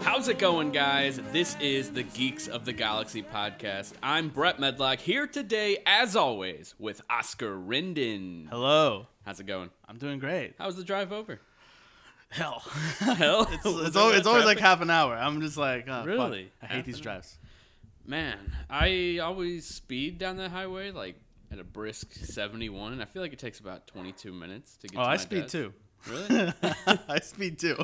How's it going, guys? This is the Geeks of the Galaxy podcast. I'm Brett Medlock here today, as always, with Oscar Rendon. Hello. How's it going? I'm doing great. How was the drive over? Hell. Hell, it's was it's, there always, bad it's always like traffic? half an hour. I'm just like, oh, fuck. Really? I Half hate these an drives. man. I always speed down that highway like at a brisk 71, and I feel like it takes about 22 minutes to get. Oh, to I my speed desk. too. Really? I speed too.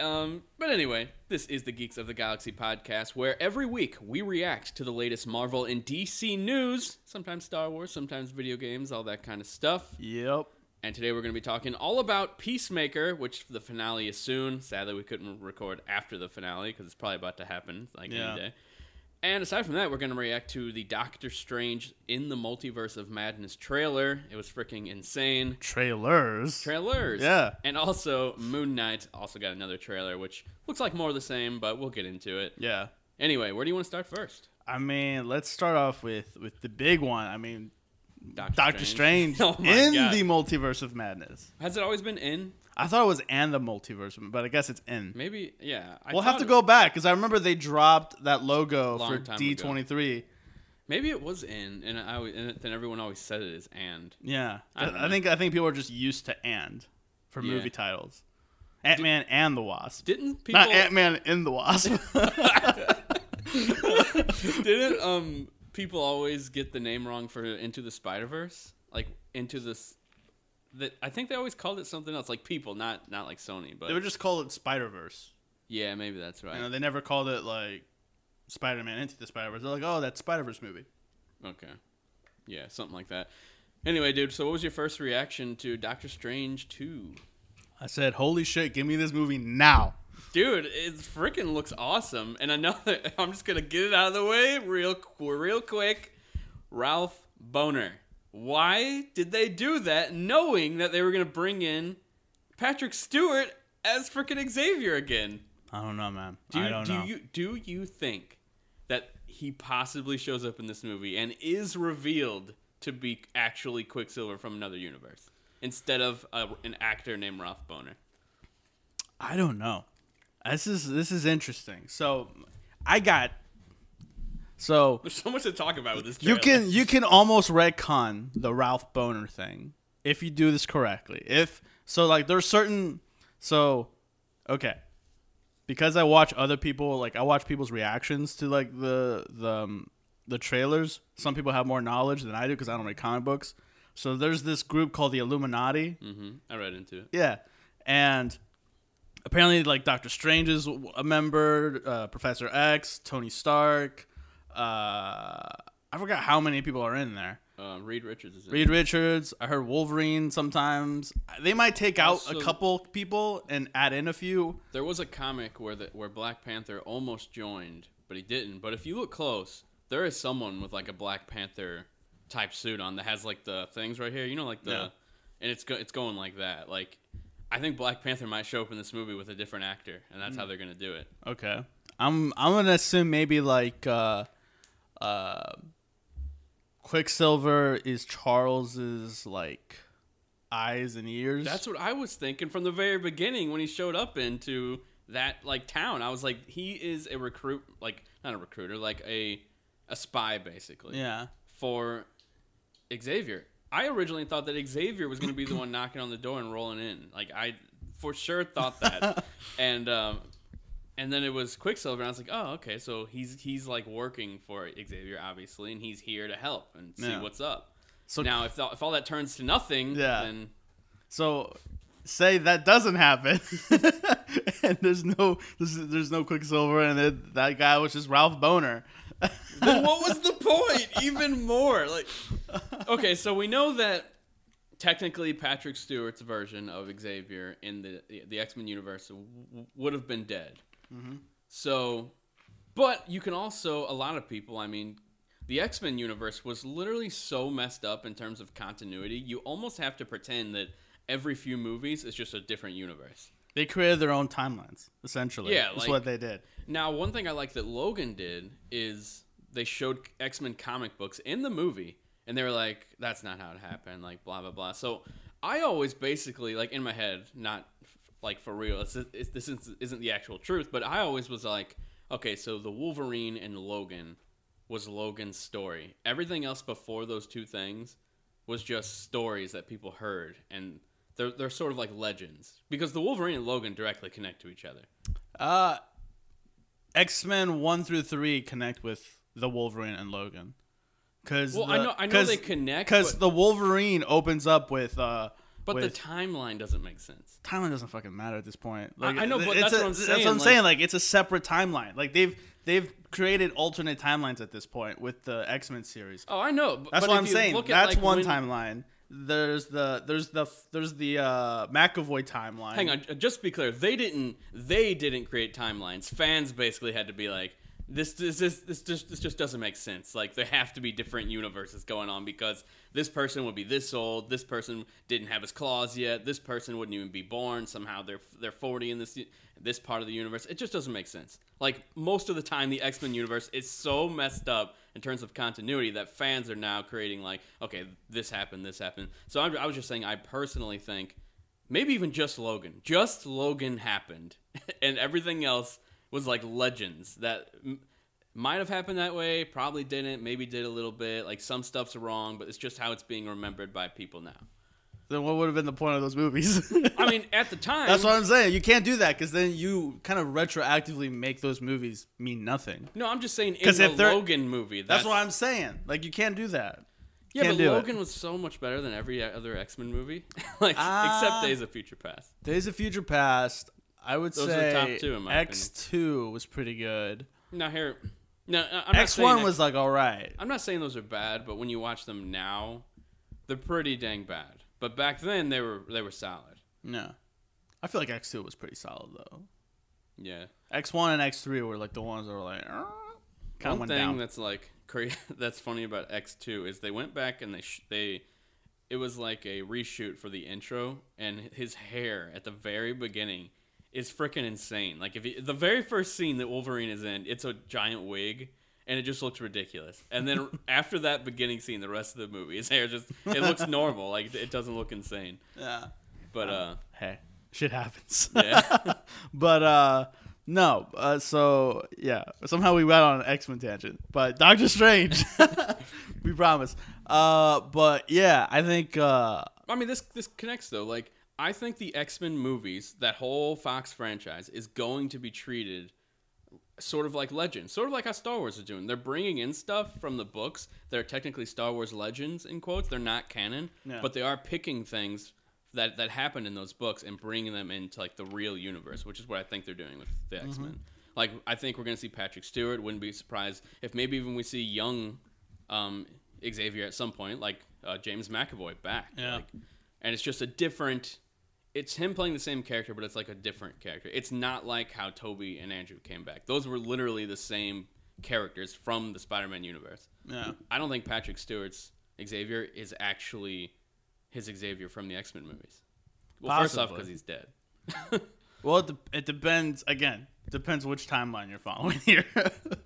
Um, but anyway, this is the Geeks of the Galaxy podcast, where every week we react to the latest Marvel and DC news, sometimes Star Wars, sometimes video games, all that kind of stuff. Yep. And today we're going to be talking all about Peacemaker, which the finale is soon. Sadly, we couldn't record after the finale because it's probably about to happen like Yeah. any day. And aside from that, we're going to react to the Doctor Strange in the Multiverse of Madness trailer. It was freaking insane. Trailers. Trailers. Yeah. And also, Moon Knight also got another trailer, which looks like more of the same, but we'll get into it. yeah. Anyway, where do you want to start first? I mean, let's start off with with the big one. I mean, Doctor Strange Oh my in God. the multiverse of madness. Has it always been in? I thought it was and the multiverse, but I guess it's in. Maybe, yeah. I we'll have thought to it- go back because I remember they dropped that logo Long for time D twenty three. Maybe it was in, and I always- and then everyone always said it is and. Yeah, I don't I, know. think I think people are just used to and for Yeah. movie titles, Ant Man and the Wasp, Didn't people? not Ant Man in the Wasp. didn't um people always get the name wrong for Into the Spider Verse? Like Into this. That I think they always called it something else, like people, not not like Sony, but they would just call it Spider Verse. yeah, maybe that's right. You know, they never called it like Spider Man into the Spider Verse. They're like, oh, that Spider Verse movie. Okay, yeah, something like that. Anyway, dude, so what was your first reaction to Doctor Strange two? I said, holy shit, give me this movie now. Dude, it freaking looks awesome. And another, I'm just gonna get it out of the way real, qu- real quick. Ralph Boner. Why did they do that, knowing that they were gonna bring in Patrick Stewart as freaking Xavier again? I don't know, man. Do you, I don't do know. you do you think that he possibly shows up in this movie and is revealed to be actually Quicksilver from another universe instead of a, an actor named Ralph Boner? I don't know. This is this is interesting. So, I got so There's so much to talk about with this. You trailer. can you can almost retcon the Ralph Boner thing if you do this correctly. If so, like there's certain so okay because I watch other people like I watch people's reactions to like the the um, the trailers. Some people have more knowledge than I do because I don't read comic books. So there's this group called the Illuminati. hmm I read into it. Yeah, and apparently, like Doctor Strange is a member, uh, Professor X, Tony Stark. Uh, I forgot how many people are in there. Uh, Reed Richards is in. Reed Richards. I heard Wolverine. Sometimes they might take out Also- a couple people and add in a few. There was a comic where the, where Black Panther almost joined, but he didn't. But if you look close, there is someone with like a Black Panther type suit on that has like the things right here. You know, like the Yeah. and it's go, it's going like that. Like I think Black Panther might show up in this movie with a different actor, and that's how they're gonna do it. Okay, I'm I'm gonna assume maybe like uh, uh, Quicksilver is Charles's like eyes and ears. That's what I was thinking from the very beginning when he showed up into that like town. I was like, he is a recruit, like not a recruiter, like a a spy basically. yeah. for Xavier. I originally thought that Xavier was going to be the one knocking on the door and rolling in. Like I for sure thought that, and um, and then it was Quicksilver, and I was like, oh, okay, so he's he's like working for Xavier, obviously, and he's here to help and see Yeah. what's up. So now, if the, if all that turns to nothing, Yeah. then So say that doesn't happen, and there's no there's, there's no Quicksilver, and then that guy was just Ralph Boner. then what was the point? Even more like, okay, so we know that technically Patrick Stewart's version of Xavier in the the X Men universe w- w- would have been dead. So, but you can also a lot of people. I mean, the X Men universe was literally so messed up in terms of continuity. You almost have to pretend that every few movies is just a different universe. They created their own timelines, essentially. Yeah, that's like- what they did. Now, one thing I like that Logan did is they showed X Men comic books in the movie, and they were like, "That's not how it happened," like blah blah blah. So I always basically like in my head, not like for real. It's, it's, this is, isn't the actual truth, but I always was like, okay, so the Wolverine and Logan was Logan's story. Everything else before those two things was just stories that people heard, and they're they're sort of like legends because the Wolverine and Logan directly connect to each other. Uh, X Men one through three connect with the Wolverine and Logan. Cause Well, the, I know I know they connect, because but, the Wolverine opens up with uh, but with, the timeline doesn't make sense. timeline doesn't fucking matter at this point. I- I know, but it's that's a- what I'm That's saying, what I'm like- saying. Like, it's a separate timeline. Like they've they've created alternate timelines at this point with the X Men series. Oh, I know. But, That's but what if I'm you saying. Look at, That's like, one when- timeline. There's the there's the there's the uh, McAvoy timeline. Hang on, just to be clear, they didn't they didn't create timelines. Fans basically had to be like, this this this this just this just doesn't make sense. Like there have to be different universes going on because this person would be this old, this person didn't have his claws yet, this person wouldn't even be born. Somehow they're they're 40 in this this part of the universe. It just doesn't make sense. Like most of the time the X-Men universe is so messed up in terms of continuity that fans are now creating like, okay, this happened, this happened. So I, I was just saying I personally think maybe even just Logan. Just Logan happened, and everything else was like legends that m- might have happened that way, probably didn't, maybe did a little bit. Like some stuff's wrong, but it's just how it's being remembered by people now. Then what would have been the point of those movies? I mean, at the time, That's what I'm saying. You can't do that because then you kind of retroactively make those movies mean nothing. no, I'm just saying in 'Cause the if they're- Logan movie. That's, That's, what I'm saying. Like you can't do that. Yeah, can't but do it. Logan was so much better than every other X Men movie, like Ah. except Days of Future Past. Days of Future Past. I would Those are say the top two, in my X two was pretty good. Now here, no, I- I'm not X one saying was like all right. I'm not saying those are bad, but when you watch them now, they're pretty dang bad. But back then they were they were solid. No, I feel like X two was pretty solid though. Yeah. X one and X three were like the ones that were like kind of One went thing down. that's like cra- that's funny about X2 is they went back and they sh- they it was like a reshoot for the intro and his hair at the very beginning is freaking insane. Like if you, the very first scene that Wolverine is in, it's a giant wig and it just looks ridiculous. And then after that beginning scene, the rest of the movie, his hair just it looks normal. Like it doesn't look insane. yeah. But uh Hey, shit happens. Yeah. but uh no, uh, so yeah, somehow we went on an X Men tangent, but Doctor Strange, we promise. Uh, but yeah, I think uh, I mean, this this connects though. Like, I think the X Men movies, that whole Fox franchise, is going to be treated sort of like legends, sort of like how Star Wars is doing. They're bringing in stuff from the books that are technically Star Wars legends in quotes. They're not canon, Yeah. but they are picking things that that happened in those books and bringing them into like the real universe, which is what I think they're doing with the X Men. Like, I think we're gonna see Patrick Stewart. Wouldn't be surprised if maybe even we see young um, Xavier at some point, like uh, James McAvoy back. Yeah. Like, and it's just a different. It's him playing the same character, but it's like a different character. It's not like how Toby and Andrew came back. Those were literally the same characters from the Spider-Man universe. yeah, I don't think Patrick Stewart's Xavier is actually his Xavier from the X-Men movies. Well, first off, Possibly. because he's dead. well, it, de- it depends. Again, depends which timeline you're following here.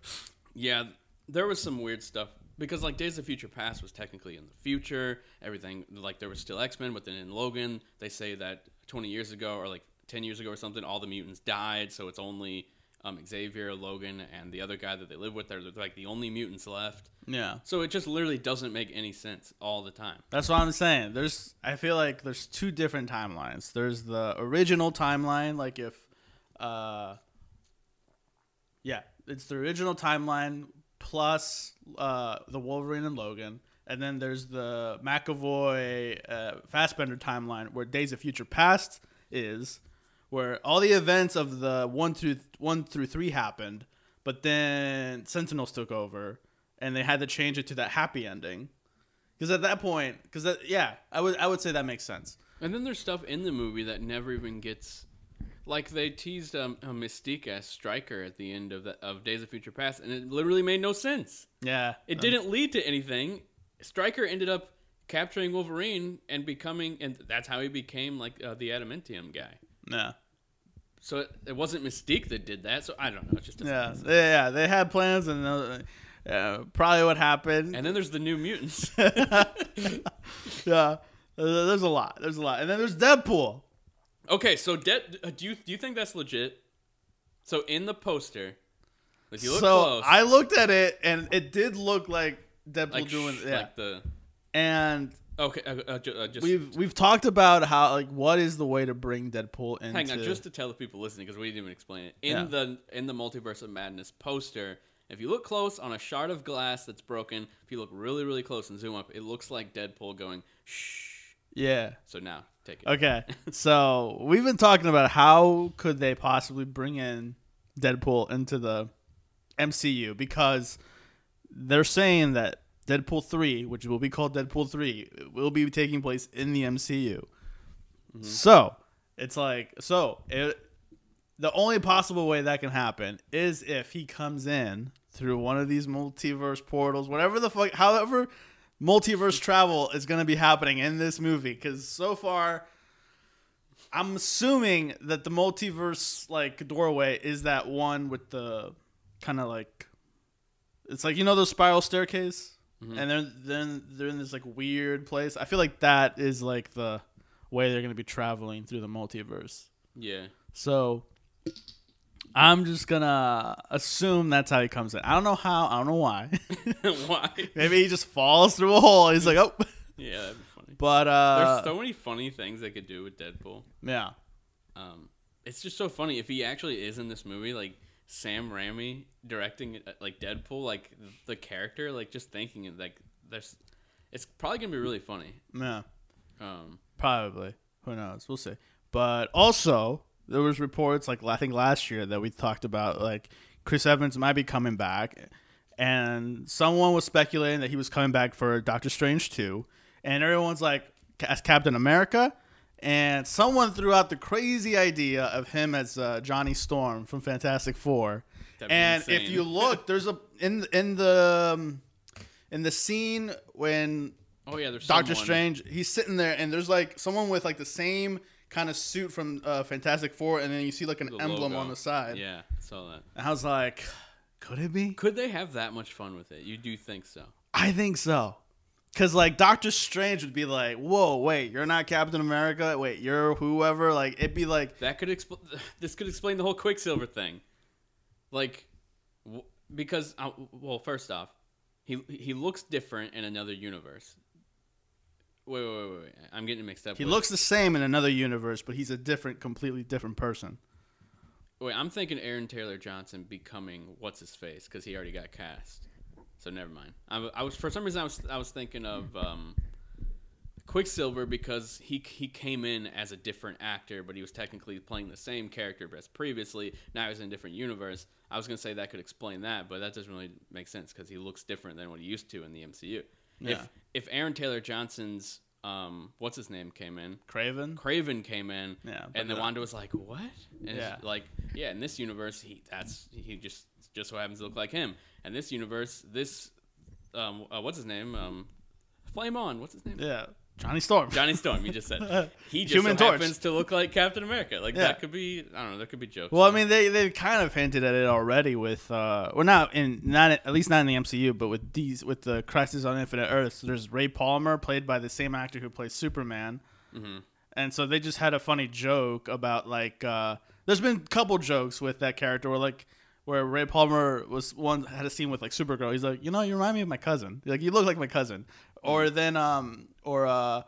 Yeah, there was some weird stuff because like Days of Future Past was technically in the future. Everything like there was still X Men, but then in Logan they say that 20 years ago or like 10 years ago or something, all the mutants died, so it's only um, Xavier, Logan, and the other guy that they live with. They're, they're like the only mutants left. yeah, So it just literally doesn't make any sense all the time. That's what I'm saying. There's I feel like there's two different timelines. There's the original timeline, like if uh yeah, it's the original timeline plus uh the Wolverine and Logan. And then there's the McAvoy uh, Fassbender timeline where Days of Future Past is, where all the events of the one through one through three happened, but then Sentinels took over, and they had to change it to that happy ending. Because at that point, because that, yeah, I would I would say that makes sense. And then there's stuff in the movie that never even gets, like they teased um, a Mystique as Striker at the end of the, of Days of Future Past, and it literally made no sense. Yeah, It didn't lead to anything. Stryker ended up capturing Wolverine and becoming, and that's how he became like uh, the adamantium guy. Yeah, So it, it wasn't Mystique that did that. So I don't know. It just doesn't yeah, make sense. yeah, yeah. They had plans, and uh, uh, probably what happened. And then there's the New Mutants. yeah, Uh, there's a lot. There's a lot, and then there's Deadpool. Okay, so De- uh, do you do you think that's legit? So in the poster, if you look so close, I looked at it and it did look like Deadpool like, sh- doing yeah. like the and okay, uh, uh, ju- uh, just we've we've talked about how like what is the way to bring Deadpool into hang on, just to tell the people listening because we didn't even explain it in Yeah. the in the multiverse of madness poster. If you look close on a shard of glass that's broken, if you look really really close and zoom up, it looks like Deadpool going shh. yeah. So now take it. Okay. so we've been talking about how could they possibly bring in Deadpool into the MCU because they're saying that Deadpool 3, which will be called Deadpool 3, will be taking place in the MCU. So, it's like so it, the only possible way that can happen is if he comes in through one of these multiverse portals, whatever the fuck, however multiverse travel is going to be happening in this movie cuz so far I'm assuming that the multiverse like doorway is that one with the kind of like it's like you know those spiral staircase Mm-hmm. and then then they're in this like weird place. I feel like that is like the way they're going to be traveling through the multiverse. Yeah. So I'm just gonna assume that's how he comes in. I don't know how. I don't know why. Why? Maybe he just falls through a hole. He's like, oh, Yeah, that'd be funny. but uh, There's so many funny things they could do with Deadpool. yeah, Um, it's just so funny if he actually is in this movie, like Sam Raimi directing uh, like Deadpool, like the character, like just thinking it, like there's, it's probably gonna be really funny. yeah, Um, probably. Who knows? We'll see. But also, there was reports like I think last year that we talked about like Chris Evans might be coming back, and someone was speculating that he was coming back for Doctor Strange two, and everyone's like "Ca- as Captain America, and someone threw out the crazy idea of him as uh, Johnny Storm from Fantastic Four, That'd be and if insane. you look, there's a in in the um, in the scene when oh yeah, there's Doctor someone- Strange. He's sitting there, and there's like someone with like the same kind of suit from uh, Fantastic Four, and then you see like an the emblem logo. on the side. Yeah, saw that. And I was like, could it be? Could they have that much fun with it? You do think so? I think so. Cause like Doctor Strange would be like, whoa, wait, you're not Captain America. Wait, you're whoever. Like it'd be like, That could explain. This could explain the whole Quicksilver thing, like, w- because uh, well, first off, he he looks different in another universe. Wait, wait, wait, wait! I'm getting mixed up. he with- looks the same in another universe, but he's a different, completely different person. Wait, I'm thinking Aaron Taylor Johnson becoming what's his face because he already got cast. So never mind. I, I was for some reason I was I was thinking of um, Quicksilver because he he came in as a different actor, but he was technically playing the same character as previously. Now he's in a different universe. I was gonna say that could explain that, but that doesn't really make sense because he looks different than what he used to in the MCU. Yeah. If if Aaron Taylor Johnson's um, what's his name came in, Craven. Craven came in, Yeah, but and then the- Wanda was like, "What?" And Yeah. it's like, yeah, in this universe, he that's he just just so happens to look like him. And this universe, this um, uh, what's his name? Um, Flame on, what's his name? Yeah, Johnny Storm. Johnny Storm. You just said he just Human so Torch. happens to look like Captain America. Like Yeah. that could be, I don't know, there could be jokes. Well, I mean, they they kind of hinted at it already with, uh, well, not in not at least not in the MCU, but with these with the Crisis on Infinite Earths. There's Ray Palmer, played by the same actor who plays Superman, and so they just had a funny joke about like, uh, there's been a couple jokes with that character where like. Where Ray Palmer was one had a scene with like Supergirl. He's like, you know, you remind me of my cousin. Like, you look like my cousin. Mm. Or then, um, or uh,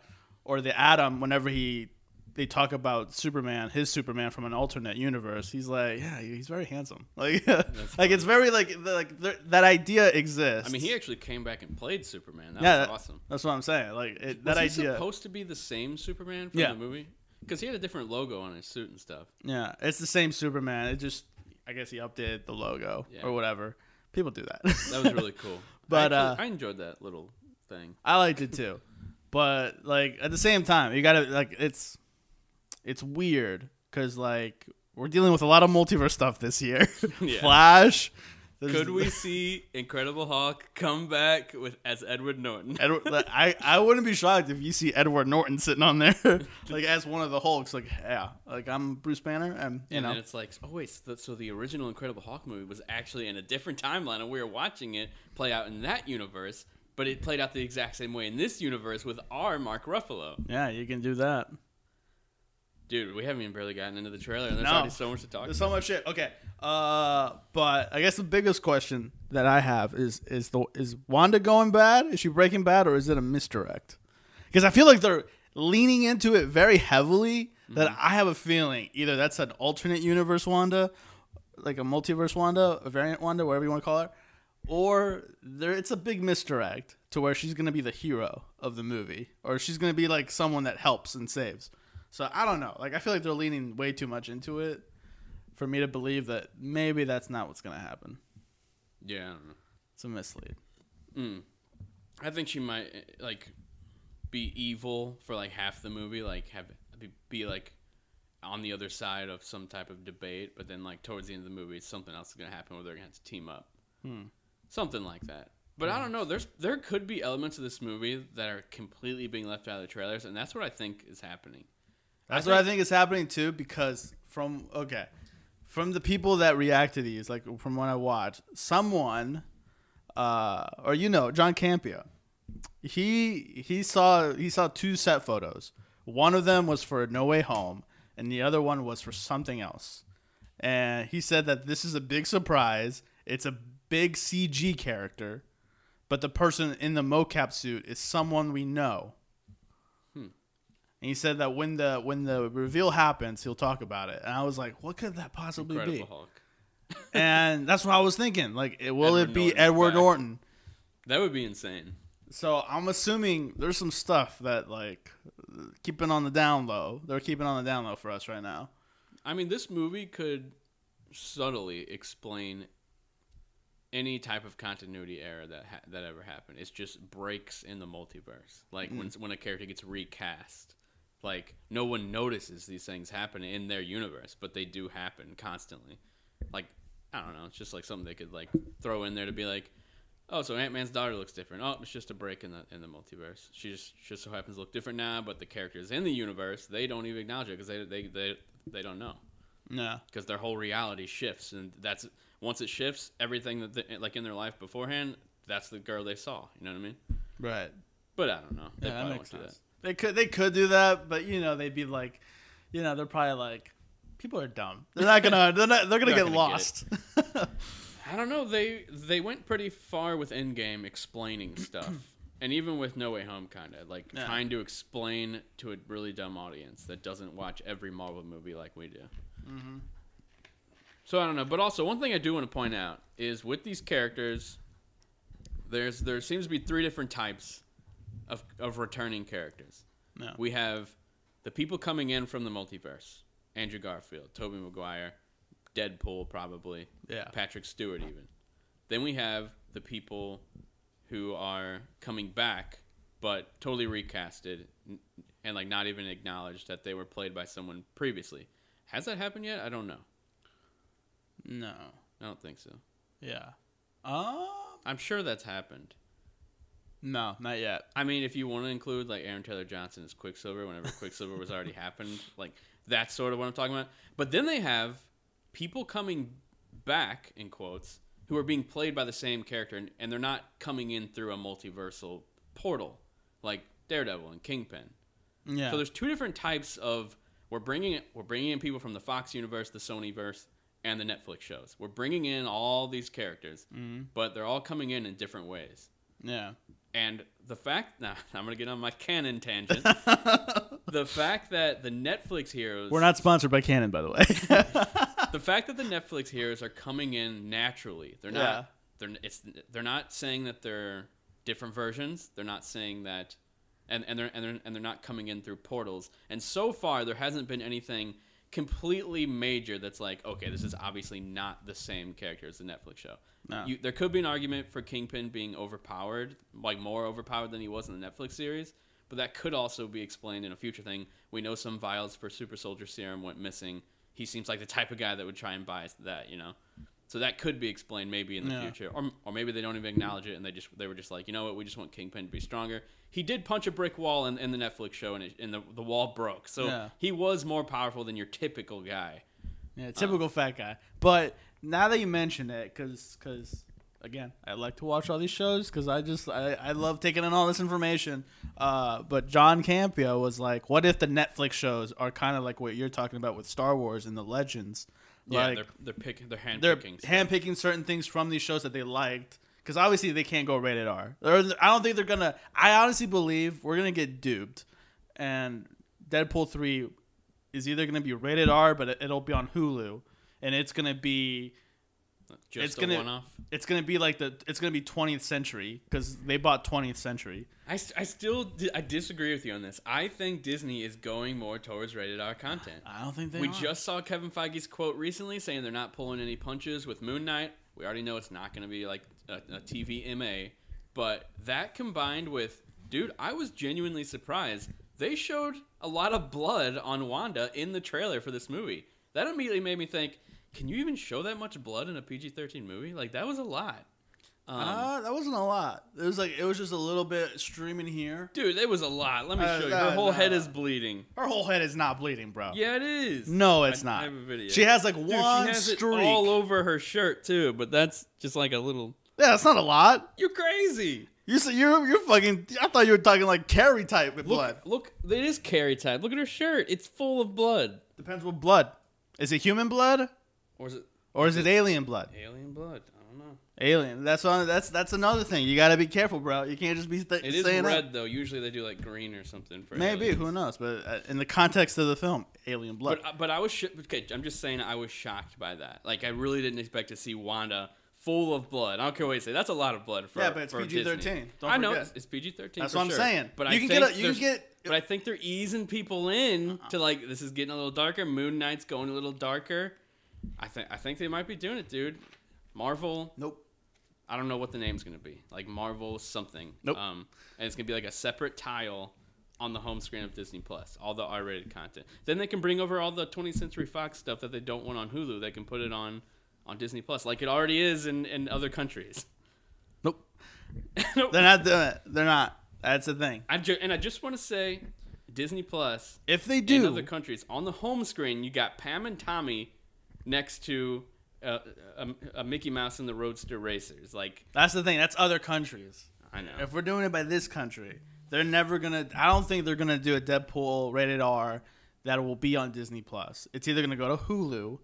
or the Atom. Whenever he they talk about Superman, his Superman from an alternate universe. He's like, yeah, he's very handsome. Like, like it's very like the- like th- that idea exists. I mean, he actually came back and played Superman. That yeah, was that- awesome. That's what I'm saying. Like it, that was he idea. supposed to be the same Superman from Yeah. the movie? Because he had a different logo on his suit and stuff. yeah, it's the same Superman. It just, I guess he updated the logo Yeah. or whatever. People do that. That was really cool. But, I, actually- uh, I enjoyed that little thing. I liked it too, but like at the same time, you gotta like it's it's weird because like we're dealing with a lot of multiverse stuff this year. Yeah. Flash. there's- Could we see Incredible Hulk come back with as Edward Norton? Edward, like, I, I wouldn't be shocked if you see Edward Norton sitting on there, like as one of the Hulks. Like, yeah, like I'm Bruce Banner, and you and know, then it's like, oh wait, so the, so the original Incredible Hulk movie was actually in a different timeline, and we were watching it play out in that universe, but it played out the exact same way in this universe with our Mark Ruffalo. yeah, you can do that. Dude, we haven't even barely gotten into the trailer, and there's No. already so much to talk There's about. so much shit. Okay. Uh, but I guess the biggest question that I have is is the is Wanda going bad? Is she breaking bad, or is it a misdirect? Because I feel like they're leaning into it very heavily. That I have a feeling either that's an alternate universe Wanda, like a multiverse Wanda, a variant Wanda, whatever you want to call her, or there it's a big misdirect to where she's gonna be the hero of the movie, or she's gonna be like someone that helps and saves. So I don't know. Like I feel like they're leaning way too much into it for me to believe that maybe that's not what's gonna happen. Yeah, I don't know. It's a mislead. I think she might eh, like be evil for like half the movie, like have be, be like on the other side of some type of debate, but then like towards the end of the movie, something else is gonna happen where they're gonna have to team up, Hmm. something like that. But I don't know. There's there could be elements of this movie that are completely being left out of the trailers, and that's what I think is happening. That's I what I think is happening too, because from okay, from the people that react to these, like from when I watch, someone, uh, or you know, John Campia, he he saw he saw two set photos. One of them was for No Way Home, and the other one was for something else. And he said that this is a big surprise. It's a big CG character, but the person in the mocap suit is someone we know. Hmm. And he said that when the when the reveal happens, he'll talk about it. And I was like, what could that possibly Incredible be? Hulk. and that's what I was thinking. Like, it, will Edward it be Norton's Edward back. Norton? That would be insane. So I'm assuming there's some stuff that like keeping on the down low. They're keeping on the down low for us right now. I mean, this movie could subtly explain any type of continuity error that ha- that ever happened. It's just breaks in the multiverse, like when when a character gets recast. Like no one notices these things happen in their universe, but they do happen constantly. Like I don't know, it's just like something they could like throw in there to be like, oh, so Ant Man's daughter looks different. Oh, it's just a break in the in the multiverse. She just she just so happens to look different now, but the characters in the universe they don't even acknowledge it because they they they they don't know Yeah. because their whole reality shifts and that's once it shifts everything that they, like in their life beforehand that's the girl they saw you know what i mean Right. but i don't know they Yeah, that probably makes won't do sense. They could they could do that, but you know they'd be like, you know, they're probably like, people are dumb. They're not gonna they're not, they're gonna They're get not gonna lost. that. i don't know they they went pretty far with endgame explaining stuff and even with no way home kind of like Yeah. trying to explain to a really dumb audience that doesn't watch every marvel movie like we do Mm-hmm. so i don't know but also one thing i do want to point out is with these characters there's there seems to be three different types of of returning characters Yeah. we have the people coming in from the multiverse andrew garfield toby maguire deadpool probably Yeah. patrick stewart even then we have the people who are coming back but totally recasted n- and like not even acknowledged that they were played by someone previously has that happened yet i don't know no. i don't think so Yeah. Um. i'm sure that's happened No, not yet. I mean, if you want to include like Aaron Taylor Johnson as Quicksilver, whenever Quicksilver was already happened, like that's sort of what I'm talking about. But then they have people coming back in quotes who are being played by the same character, and, and they're not coming in through a multiversal portal like Daredevil and Kingpin. Yeah. So there's two different types of we're bringing we're bringing in people from the Fox universe, the Sony verse, and the Netflix shows. We're bringing in all these characters, Mm. but they're all coming in in different ways. Mm-hmm. yeah. And the fact now I'm gonna get on my canon tangent. the fact that the Netflix heroes We're not sponsored by Canon, by the way. the fact that the Netflix heroes are coming in naturally. They're Yeah. not they're it's they're not saying that they're different versions. They're not saying that and, and they're and they're and they're not coming in through portals. And so far there hasn't been anything completely major that's like, okay, this is obviously not the same character as the Netflix show. No. You, there could be an argument for Kingpin being overpowered, like more overpowered than he was in the Netflix series, but that could also be explained in a future thing. We know some vials for Super Soldier Serum went missing. He seems like the type of guy that would try and buy that, you know. So that could be explained maybe in the Yeah. future, or or maybe they don't even acknowledge it, and they just they were just like, you know what, we just want Kingpin to be stronger. He did punch a brick wall in, in the Netflix show, and, it, and the the wall broke, so Yeah. he was more powerful than your typical guy. Uh, Yeah, typical fat guy. But now that you mention it, because again, I like to watch all these shows because I just I, I love taking in all this information. Uh, but John Campia was like, "What if the Netflix shows are kind of like what you're talking about with Star Wars and the Legends? Yeah, like they're they're picking they're hand they're picking. handpicking certain things from these shows that they liked because obviously they can't go rated R. They're, I don't think they're gonna. I honestly believe we're gonna get duped, and Deadpool three is either gonna be rated R, but it- it'll be on Hulu, and it's gonna be Just it's a gonna- one off. it's gonna be like the it's gonna be 20th century because they bought 20th century. I, st- I still di- I disagree with you on this. I think Disney is going more towards rated R content. I don't think Uh, they We just saw Kevin Feige's quote recently saying they're not pulling any punches with Moon Knight. We already know it's not going to be like a, a TV MA, but that combined with, dude, I was genuinely surprised. They showed a lot of blood on Wanda in the trailer for this movie. That immediately made me think, can you even show that much blood in a PG 13 movie? Like, that was a lot. Um, uh, that wasn't a lot. It was like it was just a little bit streaming here. dude, it was a lot. Let me Uh, show you. no, Her whole no. head is bleeding. Her whole head is not bleeding, bro. Yeah, it is. No, it's I- not. I have a video. She has like Dude, one she has streak. it all over her shirt too, but that's just like a little. yeah, it's not a lot. You're crazy. You s- you're you're fucking. I thought you were talking like carry type with Look, blood. look, it is carry type. Look at her shirt; it's full of blood. Depends what blood. Is it human blood Or is it or is it alien blood? alien blood? I don't know. Alien. That's one, that's that's another thing. You gotta be careful, bro. You can't just be th- It is saying that. red though. Usually they do like green or something for Maybe aliens. who knows? But uh, in the context of the film, alien blood. But but I was sh- okay. I'm just saying I was shocked by that. Like I really didn't expect to see Wanda full of blood. I don't care what you say. That's a lot of blood for Yeah, but it's for PG-13. Disney. Don't I know forget. it's, it's PG-13. That's for what I'm sure. saying. But You I can get think a- you can there's- get- Uh-uh. But I think they're easing people in to like this is getting a little darker. Moon Knight's going a little darker. I think I think they might be doing it, dude. Marvel. nope. I don't know what the name's gonna be. Like Marvel something. Nope. Um, and it's gonna be like a separate tile on the home screen of Disney Plus, all the R-rated content. Then they can bring over all the 20th Century Fox stuff that they don't want on Hulu. They can put it on on Disney Plus, like it already is in in other countries. Nope. Nope. They're not doing it. They're not. That's the thing. I ju- and I just want to say, Disney Plus If they in do, other countries on the home screen, you got Pam and Tommy next to. Uh, a, a Mickey Mouse and the Roadster Racers, like that's the thing. That's other countries. I know. If we're doing it by this country, they're never gonna. I don't think they're gonna do a Deadpool rated R that will be on Disney Plus. It's either gonna go to Hulu,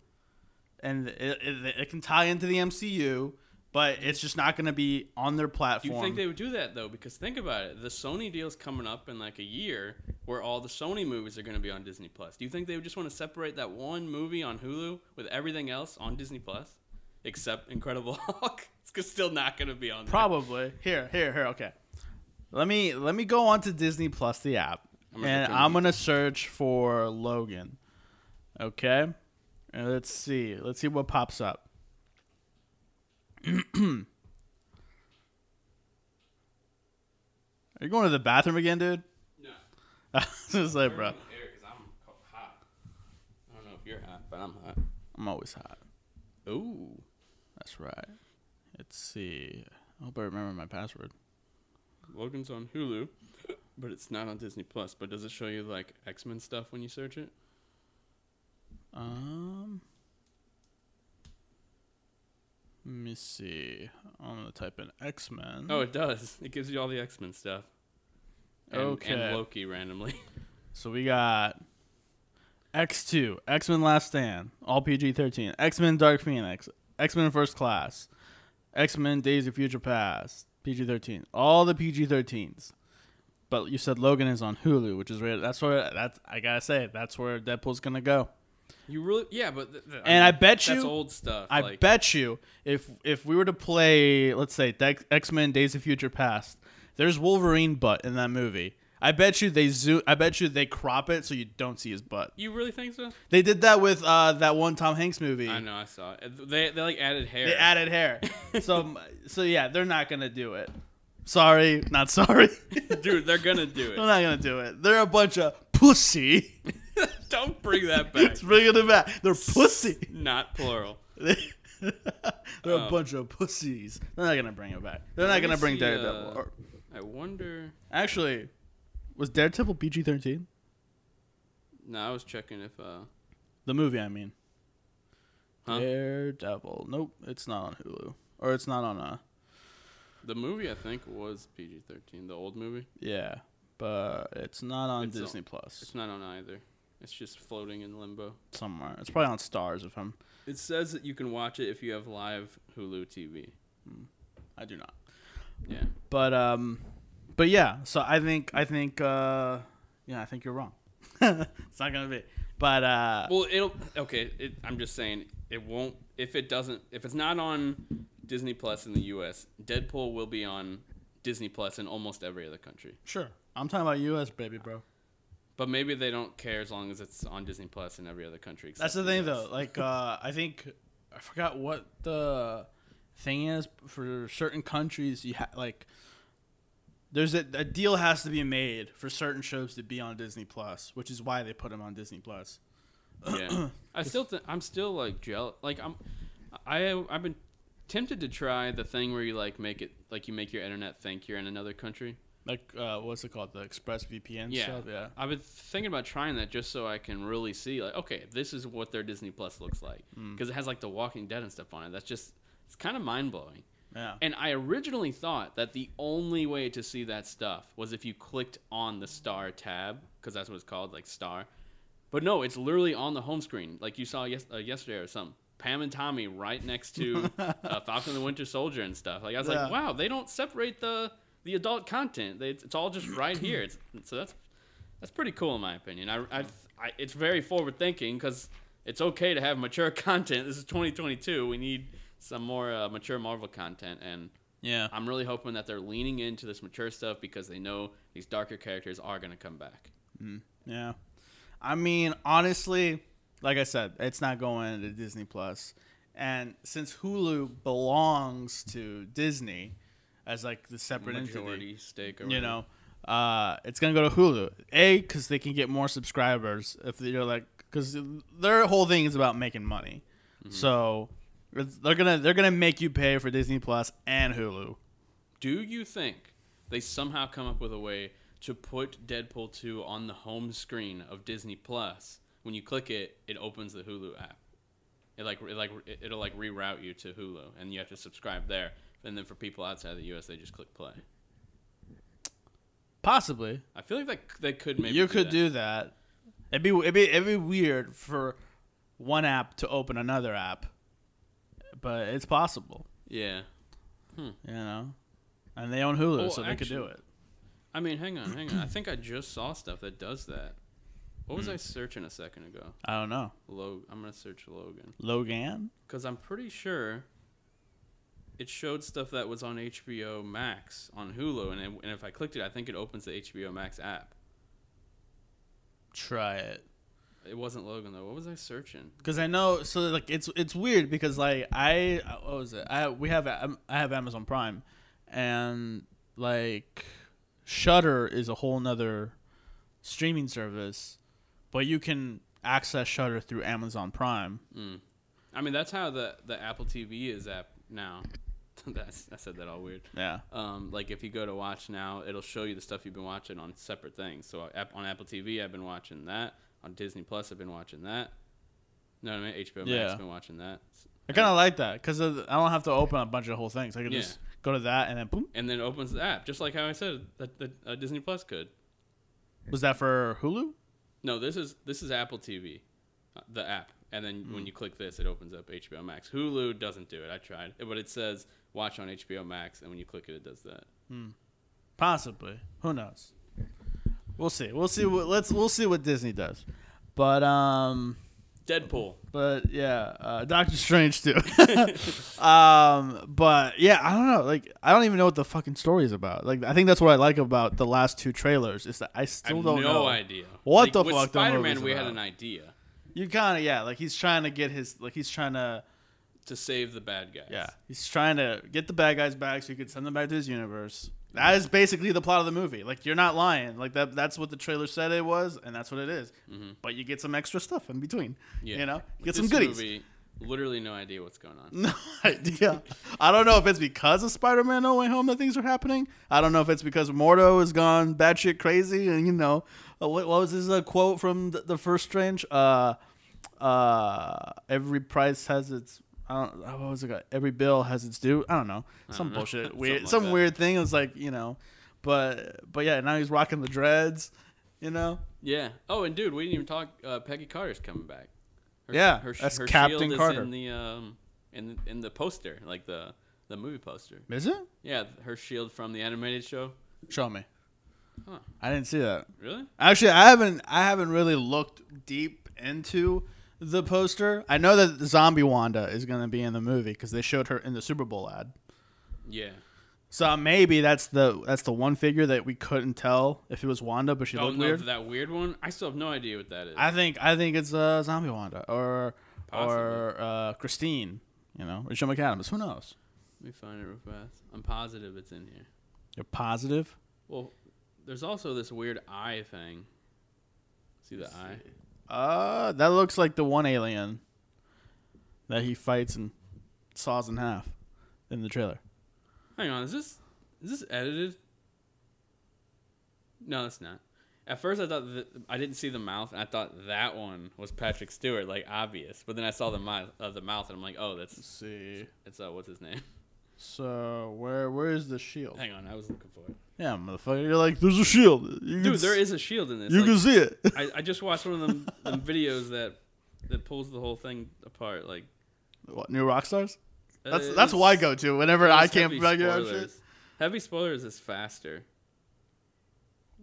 and it, it, it can tie into the MCU, but it's just not gonna be on their Do platform. you think they would do that though? Because think about it, the Sony deal's coming up in like a year, where all the Sony movies are going to be on Disney Plus. Do you think they would just want to separate that one movie on Hulu with everything else on Disney Plus, except Incredible Hulk? It's g- still not going to be on. there. Probably here, here, here. Okay, let me let me go on to Disney Plus the app, I'm gonna and pretend I'm you- gonna search for Logan. Okay, and let's see, let's see what pops up. Are you going to the bathroom again, dude? No, I was gonna say, We're bro, on air 'cause I'm co- hot. I don't know if you're hot, but I'm hot. I'm always hot. Ooh, That's right. Let's see. I hope I remember my password. Logan's on Hulu, but it's not on Disney Plus. But does it show you like X Men stuff when you search it? Um, let me see. I'm gonna type in X Men. Oh, it does. It gives you all the X Men stuff. And, Okay. And Loki randomly. so we got X Two, X Men Last Stand, all PG thirteen, X Men Dark Phoenix, X Men First Class, X Men Days of Future Past, PG thirteen, all the PG thirteens. But you said Logan is on Hulu, which is rated. That's where that's I gotta say that's where Deadpool's gonna go. You really, yeah, but th- th- And I bet that's you- old stuff. I like, bet you if if we were to play, let's say X Men: Days of Future Past, there's Wolverine butt in that movie. I bet you they zoom. I bet you they crop it so you don't see his butt. you really think so. They did that with uh, that one Tom Hanks movie. I know, I saw it. They they like added hair. They added hair. so so yeah, they're not gonna do it. Sorry, not sorry. they're dude. They're gonna do it. not gonna do it. They're a bunch of pussy. Don't bring that back. it's bringing it back. They're pussy. Not plural. They're a Um, bunch of pussies. They're not gonna bring it back. They're not Let me gonna bring see, Daredevil. uh, Or- I wonder. Actually, was Daredevil PG thirteen? No, I was checking if uh. The movie, I mean. Huh? Daredevil. Nope, it's not on Hulu, or it's not on uh, The movie I think was PG thirteen. The old movie. Yeah, but it's not on It's on- Disney It's Plus not on either. It's just floating in limbo. somewhere. It's probably on Stars if I'm. It says that you can watch it if you have live Hulu TV. I do not. Yeah. But um, but yeah. So I think I think uh, yeah, I think you're wrong. it's not gonna be. But uh, Well, it'll okay. It, I'm just saying it won't if it doesn't if it's not on Disney Plus in the U.S. Deadpool will be on Disney Plus in almost every other country. sure. I'm talking about U.S. baby, bro. But maybe they don't care as long as it's on Disney Plus in every other country. That's except the thing, US. though. Like, uh, I think I forgot what the thing is for certain countries. You ha- like, there's a, a deal has to be made for certain shows to be on Disney Plus, which is why they put them on Disney Plus. yeah. I still th- I'm still like jealous. Like I'm, I I've been tempted to try the thing where you like make it like you make your internet think you're in another country. Like, uh, what's it called? The Express VPN Yeah. stuff. Yeah. I've been thinking about trying that just so I can really see like okay, this is what their Disney Plus looks like because it has like The Walking Dead and stuff on it. That's just it's kind of mind blowing. Yeah. And I originally thought that the only way to see that stuff was if you clicked on the star tab, because that's what it's called, like star. But no, it's literally on the home screen, like you saw yes- uh, yesterday or something. Pam and Tommy right next to uh, Falcon and the Winter Soldier and stuff. Like I was Yeah. like, wow, they don't separate the the adult content. They, it's all just right here. It's, so that's that's pretty cool in my opinion. I, I, I it's very forward thinking because it's okay to have mature content. This is 2022. We need some more uh, mature Marvel content, and Yeah. I'm really hoping that they're leaning into this mature stuff because they know these darker characters are going to come back. Yeah. I mean, honestly, like I said, it's not going to Disney Plus. And since Hulu belongs to Disney as like the separate entity, Majority stake, or you whatever. know uh it's gonna go to hulu a because they can get more subscribers if they're like because their whole thing is about making money Mm-hmm. so it's, they're gonna they're gonna make you pay for disney plus and hulu Do you think they somehow come up with a way to put Deadpool 2 on the home screen of Disney Plus? When you click it, it opens the Hulu app. It like it like it- it'll like reroute you to Hulu, and you have to subscribe there. And then for people outside the U.S., they just click play. possibly I feel like that they could maybe you do could that. do that it'd be, it'd be it'd be weird for one app to open another app but it's possible yeah. you know and they own hulu Oh, so they could do actually- it I mean, hang on, hang on. I think I just saw stuff that does that. What Hmm. was I searching a second ago? i don't know Log- I'm gonna search Logan logan because I'm pretty sure it showed stuff that was on HBO Max on Hulu, and, it, and if I clicked it, I think it opens the HBO Max app. try it It wasn't Logan though. What was I searching? Because I know, so like it's it's weird because like I what was it? I we have um, I have Amazon Prime, and like Shutter is a whole nother streaming service, but you can access Shutter through Amazon Prime. I mean, that's how the the Apple TV is app now. that's, I said that all weird. Yeah, um, like if you go to watch now, it'll show you the stuff you've been watching on separate things. So app- on Apple TV, I've been watching that. On Disney Plus, I've been watching that. No, I mean HBO Max, Yeah. I've been watching that. I kind of like that because I don't have to open a bunch of whole things. I can Yeah. just go to that and then boom. And then it opens the app, just like how I said that, that uh, Disney Plus could. Was that for Hulu? No, this is this is Apple TV, uh, the app. And then when Hmm. you click this, it opens up HBO Max. Hulu doesn't do it. I tried, but it says watch on HBO Max, and when you click it, it does that. Possibly. Who knows? We'll see. We'll see. What, let's we'll see what Disney does. But um. Deadpool. But yeah, uh, Doctor Strange too. um, but yeah, I don't know. Like, I don't even know what the fucking story is about. Like, I think that's what I like about the last two trailers is that I I still have don't no know. idea. What Like, the with fuck the Spider-Man, movie's we had about. an idea You kind of yeah, like he's trying to get his like he's trying to to save the bad guys. yeah he's trying to get the bad guys back so he could send them back to his universe. That is basically the plot of the movie. Like you're not lying. Like that that's what the trailer said it was, and that's what it is. But you get some extra stuff in between. You know, Mm-hmm. With get some this goodies. Movie, literally no idea what's going on. No idea. I don't know if it's because of Spider-Man: No Way Home that things are happening. I don't know if it's because Mordo has gone batshit crazy, and you know, uh, what, what was this uh, quote from the, the first Strange? Uh, uh, every price has its I don't. What was it? Got? Every bill has its due. I don't know. Some know. bullshit. Something Weird. like some that. weird thing. It was like you know, but but yeah. Now he's rocking the dreads. You know. Yeah. Oh, and dude, we didn't even talk. Uh, Peggy Carter's coming back. Her, Yeah, that's Captain shield Carter. Is in the um, in in the poster, like the the movie poster. Is it? Yeah, her shield from the animated show. Show me. Huh. I didn't see that. Really? Actually, I haven't. I haven't really looked deep into the poster. I know that Zombie Wanda is going to be in the movie because they showed her in the Super Bowl ad. Yeah. So maybe that's the that's the one figure that we couldn't tell if it was Wanda, but she Oh looked no, weird. that weird one. I still have no idea what that is. I think I think it's uh, Zombie Wanda or or Possibly. uh, Christine, you know, Rachel McAdams. Who knows? Let me find it real fast. I'm positive it's in here. You're positive. Well, there's also this weird eye thing. See the eye? Uh, that looks like the one alien that he fights and saws in half in the trailer. Hang on, is this is this edited? No, it's not. At first, I thought th I didn't see the mouth, and I thought that one was Patrick Stewart, like obvious. But then I saw the mouth, uh, the mouth, and I'm like, oh, that's see. it's uh, what's his name? So where where is the shield? Hang on, I was looking for it. Yeah, motherfucker. You're like, there's a shield. You Dude, can there s- is a shield in this. You Like, can see it. I, I just watched one of them, them videos that that pulls the whole thing apart. Like what, new rock stars? uh, That's it that's was- why I go to whenever it I was can't heavy figure out shit. spoilers. Heavy spoilers is faster.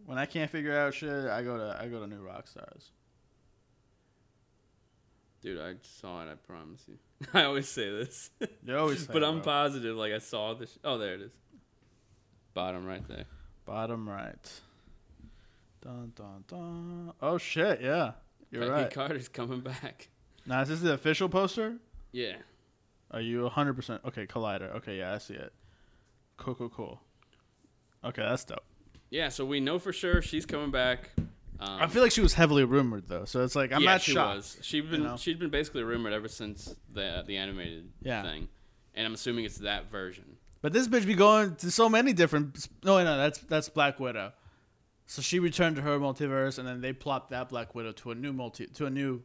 When I can't figure out shit, I go to I go to new rock stars. Dude, I saw it. I promise you. I always say this, You always say but I'm that. positive. Like I saw this. oh, there it is. Bottom right there. Bottom right. Dun dun dun. Oh shit! Yeah, you're Peggy right. Carter's coming back. now is this the official poster? Yeah. Are you 100 percent okay? Collider. Okay, yeah, I see it. Cool, cool, cool. Okay, that's dope. Yeah. So we know for sure she's coming back. Um, I feel like she was heavily rumored though, so it's like I'm yeah, not she shocked. was. She'd been you know? she'd been basically rumored ever since the the animated Yeah. thing, and I'm assuming it's that version. But this bitch be going to so many different. No, no, that's that's Black Widow. So she returned to her multiverse, and then they plopped that Black Widow to a new multi to a new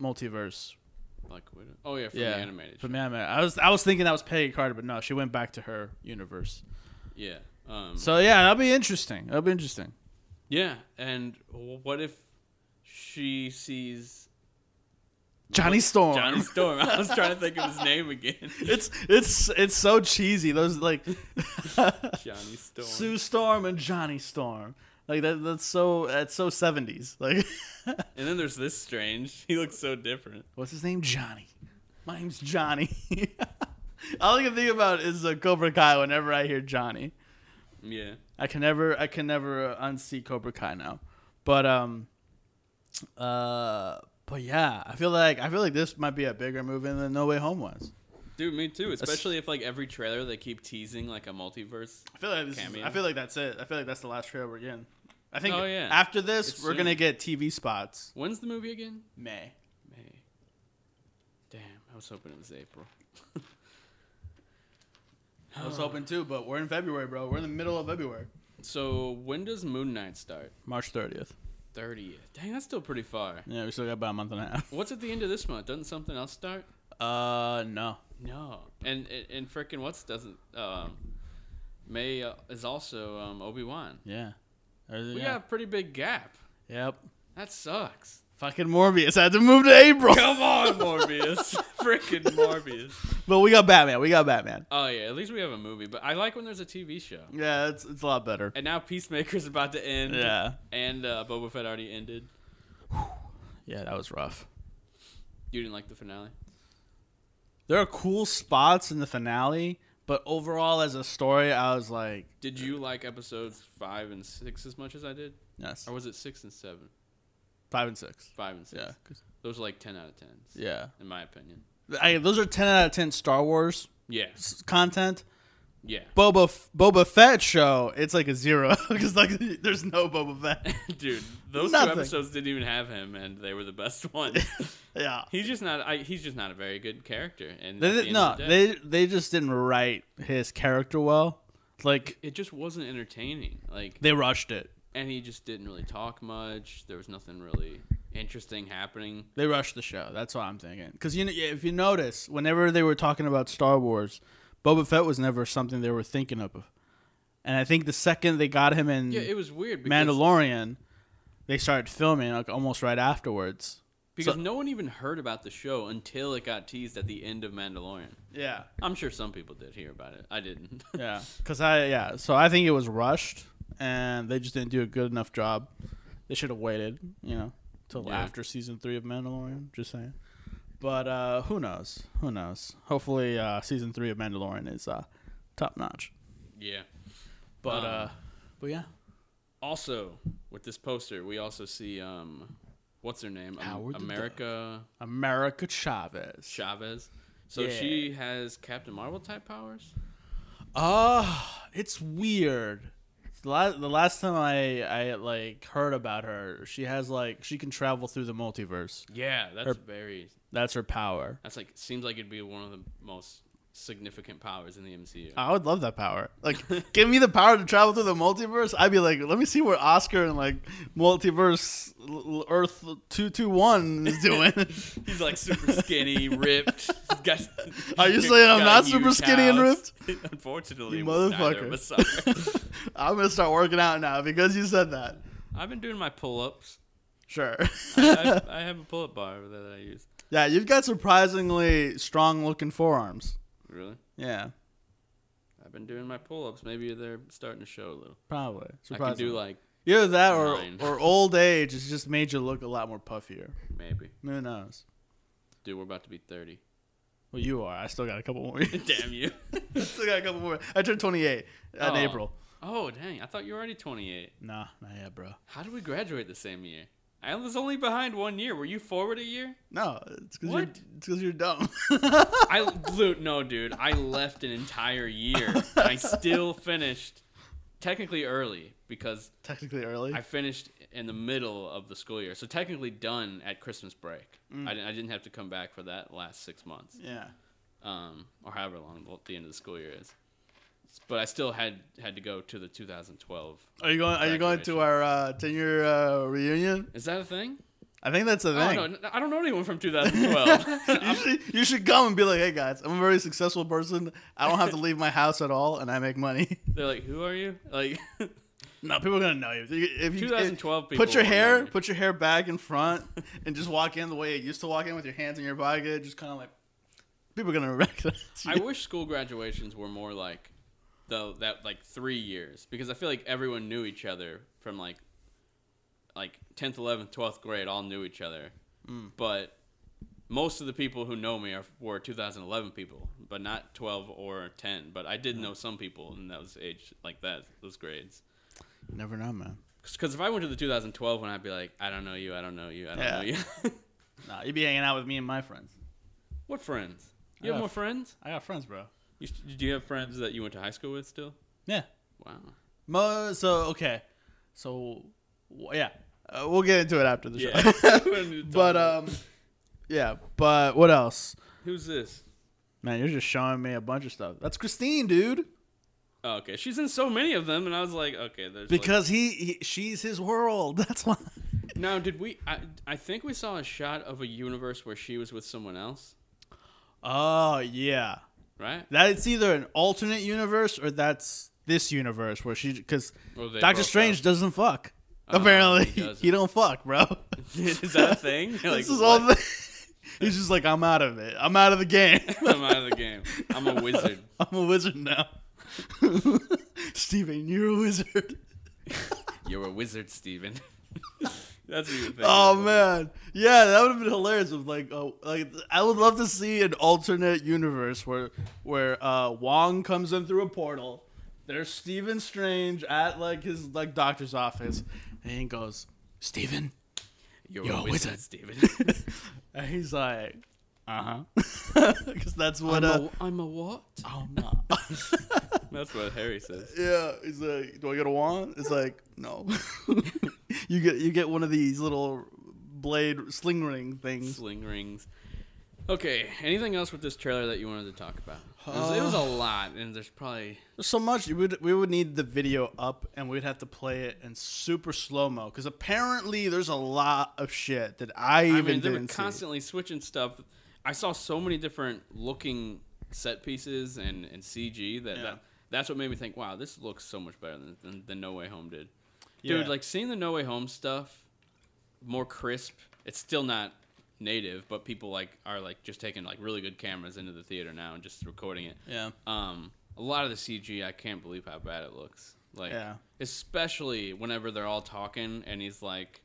multiverse. Like, what- oh yeah, from the animated. From the animated. I was I was thinking that was Peggy Carter, but no, she went back to her universe. yeah. Um, So yeah, that'll be interesting. That'll be interesting. yeah. And what if she sees Johnny Storm. Johnny Storm? I was trying to think of his name again. Oh. It's it's it's so cheesy. Those like Johnny Storm. Sue Storm and Johnny Storm. Like that that's so that's so seventies. Like and then there's this strange. He looks so different. what's his name? Johnny. My name's Johnny. All I can think about is uh, Cobra Kai whenever I hear Johnny. Yeah. I can never I can never uh, unsee Cobra Kai now. But um uh but yeah, I feel like I feel like this might be a bigger movie than No Way Home was. Dude, me too. Especially if like every trailer they keep teasing like a multiverse. I feel like this Cameo. I feel like that's it. I feel like that's the last trailer we're getting. I think Oh, yeah. after this It's we're soon. gonna get TV spots. When's the movie again? May. May. Damn, I was hoping it was April. I was hoping too, but we're in February, bro. We're in the middle of February. So when does Moon Knight start? March thirtieth. Thirtieth. Dang, that's still pretty far. Yeah, we still got about a month and a half. What's at the end of this month? Doesn't something else start? Uh, no. No. And and, and frickin' what's doesn't um May uh, is also um, Obi Wan. Yeah. We got a pretty big gap. Yep. That sucks. Fucking Morbius had to move to April. Come on, Morbius. Frickin' Morbius. but we got Batman. We got Batman. Oh yeah, at least we have a movie. But I like when there's a TV show. Yeah, it's it's a lot better. And now Peacemaker's about to end. Yeah. And uh, Boba Fett already ended. Yeah, that was rough. You didn't like the finale. There are cool spots in the finale, but overall as a story, I was like, Did you like episodes five and six as much as I did, yes, or was it six and seven? five and six. Five and six. Yeah, 'cause- Those are like ten out of tens. yeah. In my opinion. I, those are ten out of ten Star Wars Yeah. s- content. Yeah. Boba F- Boba Fett show, it's like a zero because like there's no Boba Fett. Dude, those Nothing. two episodes didn't even have him, and they were the best ones. yeah. he's just not. I, he's just not a very good character. And They at the did, end no, of the day, they they just didn't write his character well. Like it just wasn't entertaining. Like they rushed it. and he just didn't really talk much. There was nothing really interesting happening. They rushed the show. That's what I'm thinking. Because you know, if you notice, whenever they were talking about Star Wars, Boba Fett was never something they were thinking of. And I think the second they got him in Yeah, it was weird because, Mandalorian, they started filming like almost right afterwards. because no one even heard about the show until it got teased at the end of Mandalorian. Yeah, I'm sure some people did hear about it. I didn't. yeah. Because I yeah, so I think it was rushed, and they just didn't do a good enough job. They should have waited, you know, till Yeah. after season three of Mandalorian. Just saying. But uh, who knows? Who knows? Hopefully, uh, season three of Mandalorian is uh, top notch. yeah. But Um, uh, but yeah, Also, with this poster, we also see um, what's her name? Am- Howard the Duck. America America Chavez. Chavez. So Yeah. she has Captain Marvel type powers. Ah, it's weird. The last, the last time I, I like heard about her, she has like she can travel through the multiverse. Yeah, that's Her- very. That's her power. That's like seems like it'd be one of the most significant powers in the MCU. I would love that power. Like, give me the power to travel through the multiverse. I'd be like, let me see what Oscar and like multiverse l- l- Earth two two one is doing. He's like super skinny, ripped. He's got- Are you saying I'm got a not super huge skinny and house. Unfortunately, You neither of us are. motherfucker. I'm gonna start working out now because you said that. I've been doing my pull-ups. Sure. I, I, I have a pull-up bar over there that I use. yeah, you've got surprisingly strong looking forearms. Really? Yeah. I've been doing my pull-ups. Maybe they're starting to show a little. Probably. I can do like Either that or, nine. or old age has just made you look a lot more puffier. maybe. Who knows? Dude, we're about to be thirty. Well, you are. I still got a couple more years. Damn you. I still got a couple more. I turned 28 in Oh. April. oh dang! I thought you were already twenty-eight. Nah, not yet, bro. How did we graduate the same year? I was only behind one year. Were you forward a year? No, it's because you're, What? it's 'cause you're dumb. I dude, no, dude. I left an entire year. And I still finished technically early because Technically early. I finished in the middle of the school year. So technically done at Christmas break. I, didn't, I didn't have to come back for that last six months, yeah. um, or however long the- the end of the school year is. But I still had had to go to the 2012. Are you going? Are you going to Graduation. our uh, 10 year uh, reunion? Is that a thing? I think that's a Oh, thing. no, no, I don't know anyone from 2012. you, should, you should come and be like, hey guys, I'm a very successful person. I don't have to leave my house at all, and I make money. They're like, who are you? Like, No, people are gonna know you. If you, if you 2012 put people your will hair, know me. put your hair back in front, and just walk in the way you used to walk in with your hands in your pocket, just kind of like people are gonna recognize you. I wish school graduations were more like though that like three years because I feel like everyone knew each other from like like tenth, eleventh, twelfth grade all knew each other, Mm. but most of the people who know me are were 2011 people, but not 12 or 10. But I Mm. did know some people in those age like that those grades. Never know, man. Because if I went to the 2012 one, I'd be like, I don't know you, I don't know you, I don't Yeah. know you. Nah, you'd be hanging out with me and my friends. what friends? I You have have- more friends? I got friends, bro. You, do you have friends that you went to high school with still? Yeah. Wow. Mo. So okay. So wh- yeah, uh, we'll get into it after the Yeah. show. but But uh, um, yeah. But what else? who's this? Man, you're just showing me a bunch of stuff. That's Christine, dude. Oh, okay, she's in so many of them, and I was like, okay, there's like- Because he, he she's his world. That's why. now did we? I I think we saw a shot of a universe where she was with someone else, Oh yeah. right? That it's either an alternate universe or that's this universe where she because Or they Doctor broke Strange up. doesn't fuck. Oh, Apparently, he he, doesn't. don't fuck, bro. Is that a thing? You're like, this is all. what? The, he's just like, I'm out of it. I'm out of the game. I'm out of the game. I'm a wizard. I'm a wizard now. Steven, you're a wizard. You're a wizard, Steven. That's what you think. Oh man, yeah, that would have been hilarious. If like, oh, like I would love to see an alternate universe where where uh, Wong comes in through a portal. There's Stephen Strange at like his like doctor's office, and he goes, Stephen, You're, You're a a wizard, wizard. Steven. and he's like, uh huh, because that's what. I'm, Uh, a, I'm a what? oh no. That's what Harry says. yeah, he's like, do I get a wand? It's like, no. you get you get one of these little blade sling ring things. Sling rings. Okay, anything else with this trailer that you wanted to talk about? It was, it was a lot, and there's probably There's so much. We would we would need the video up, and we'd have to play it in super slow mo because apparently there's a lot of shit that I, I even mean, they were didn't see. constantly switching stuff. I saw so many different looking set pieces and, and CG that, Yeah. that that's what made me think, wow, this looks so much better than, than, than No Way Home did. Yeah. Dude, like seeing the No Way Home stuff more crisp. It's still not native, but people like are like just taking like really good cameras into the theater now and just recording it. Yeah. Um, a lot of the CG, I can't believe how bad it looks. Like, Yeah. especially whenever they're all talking and he's like,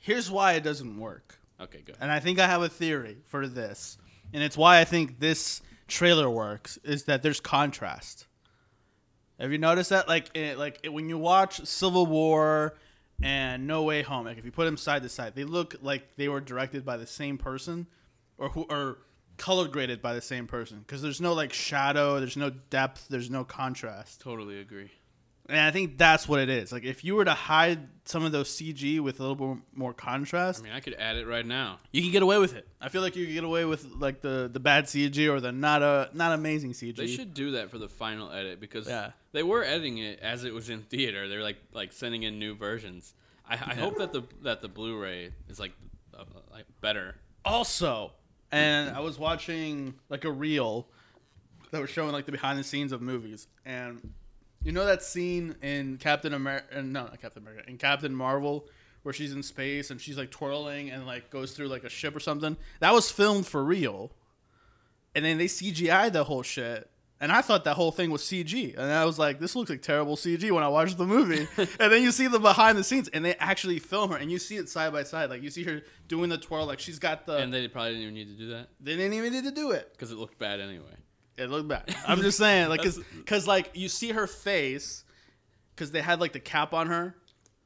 Here's why it doesn't work. "Okay, go." and I think I have a theory for this, and it's why I think this trailer works is that there's contrast. Have you noticed that? Like, it, like it, when you watch Civil War and No Way Home, like if you put them side to side, they look like they were directed by the same person, or who or color graded by the same person because there's no like shadow, there's no depth, there's no contrast. Totally agree. And I think that's what it is. Like if you were to hide some of those CG with a little bit more contrast, I mean, I could add it right now. you can get away with it. I feel like you can get away with like the the bad CG or the not uh not amazing CG. They should do that for the final edit because Yeah. they were editing it as it was in theater. They're like like sending in new versions. I, I hope that the that the Blu-ray is like uh, like better. also, and I was watching like a reel that was showing like the behind the scenes of movies, and you know that scene in Captain America, no, not Captain America, in Captain Marvel where she's in space and she's like twirling and like goes through like a ship or something. That was filmed for real, and then they CGI the whole shit. And I thought that whole thing was CG, and I was like, "This looks like terrible CG." When I watched the movie, and then you see the behind the scenes, and they actually film her, and you see it side by side. Like you see her doing the twirl, like she's got the. And they probably didn't even need to do that they didn't even need to do it. because it looked bad anyway. It looked bad. I'm just saying, like, cause, That's- 'cause, like you see her face, cause they had like the cap on her,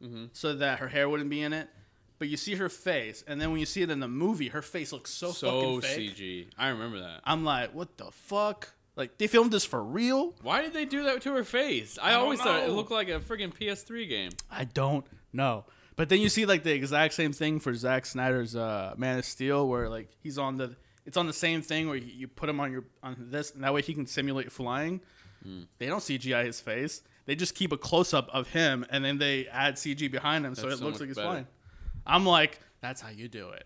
Mm-hmm. so that her hair wouldn't be in it. But you see her face, and then when you see it in the movie, her face looks so, So fucking fake. CG. I remember that. I'm like, what the fuck? Like they filmed this for real? Why did they do that to her face? I, don't always thought it know. looked like a friggin' PS3 game. I don't know. But then you see like the exact same thing for Zack Snyder's uh, Man of Steel, where like he's on the it's on the same thing where you- you put him on your on this, and that way he can simulate flying. Hmm. They don't CGI his face; they just keep a close up of him, and then they add CG behind him, so That's it so looks much like he's better. flying. I'm like, that's how you do it.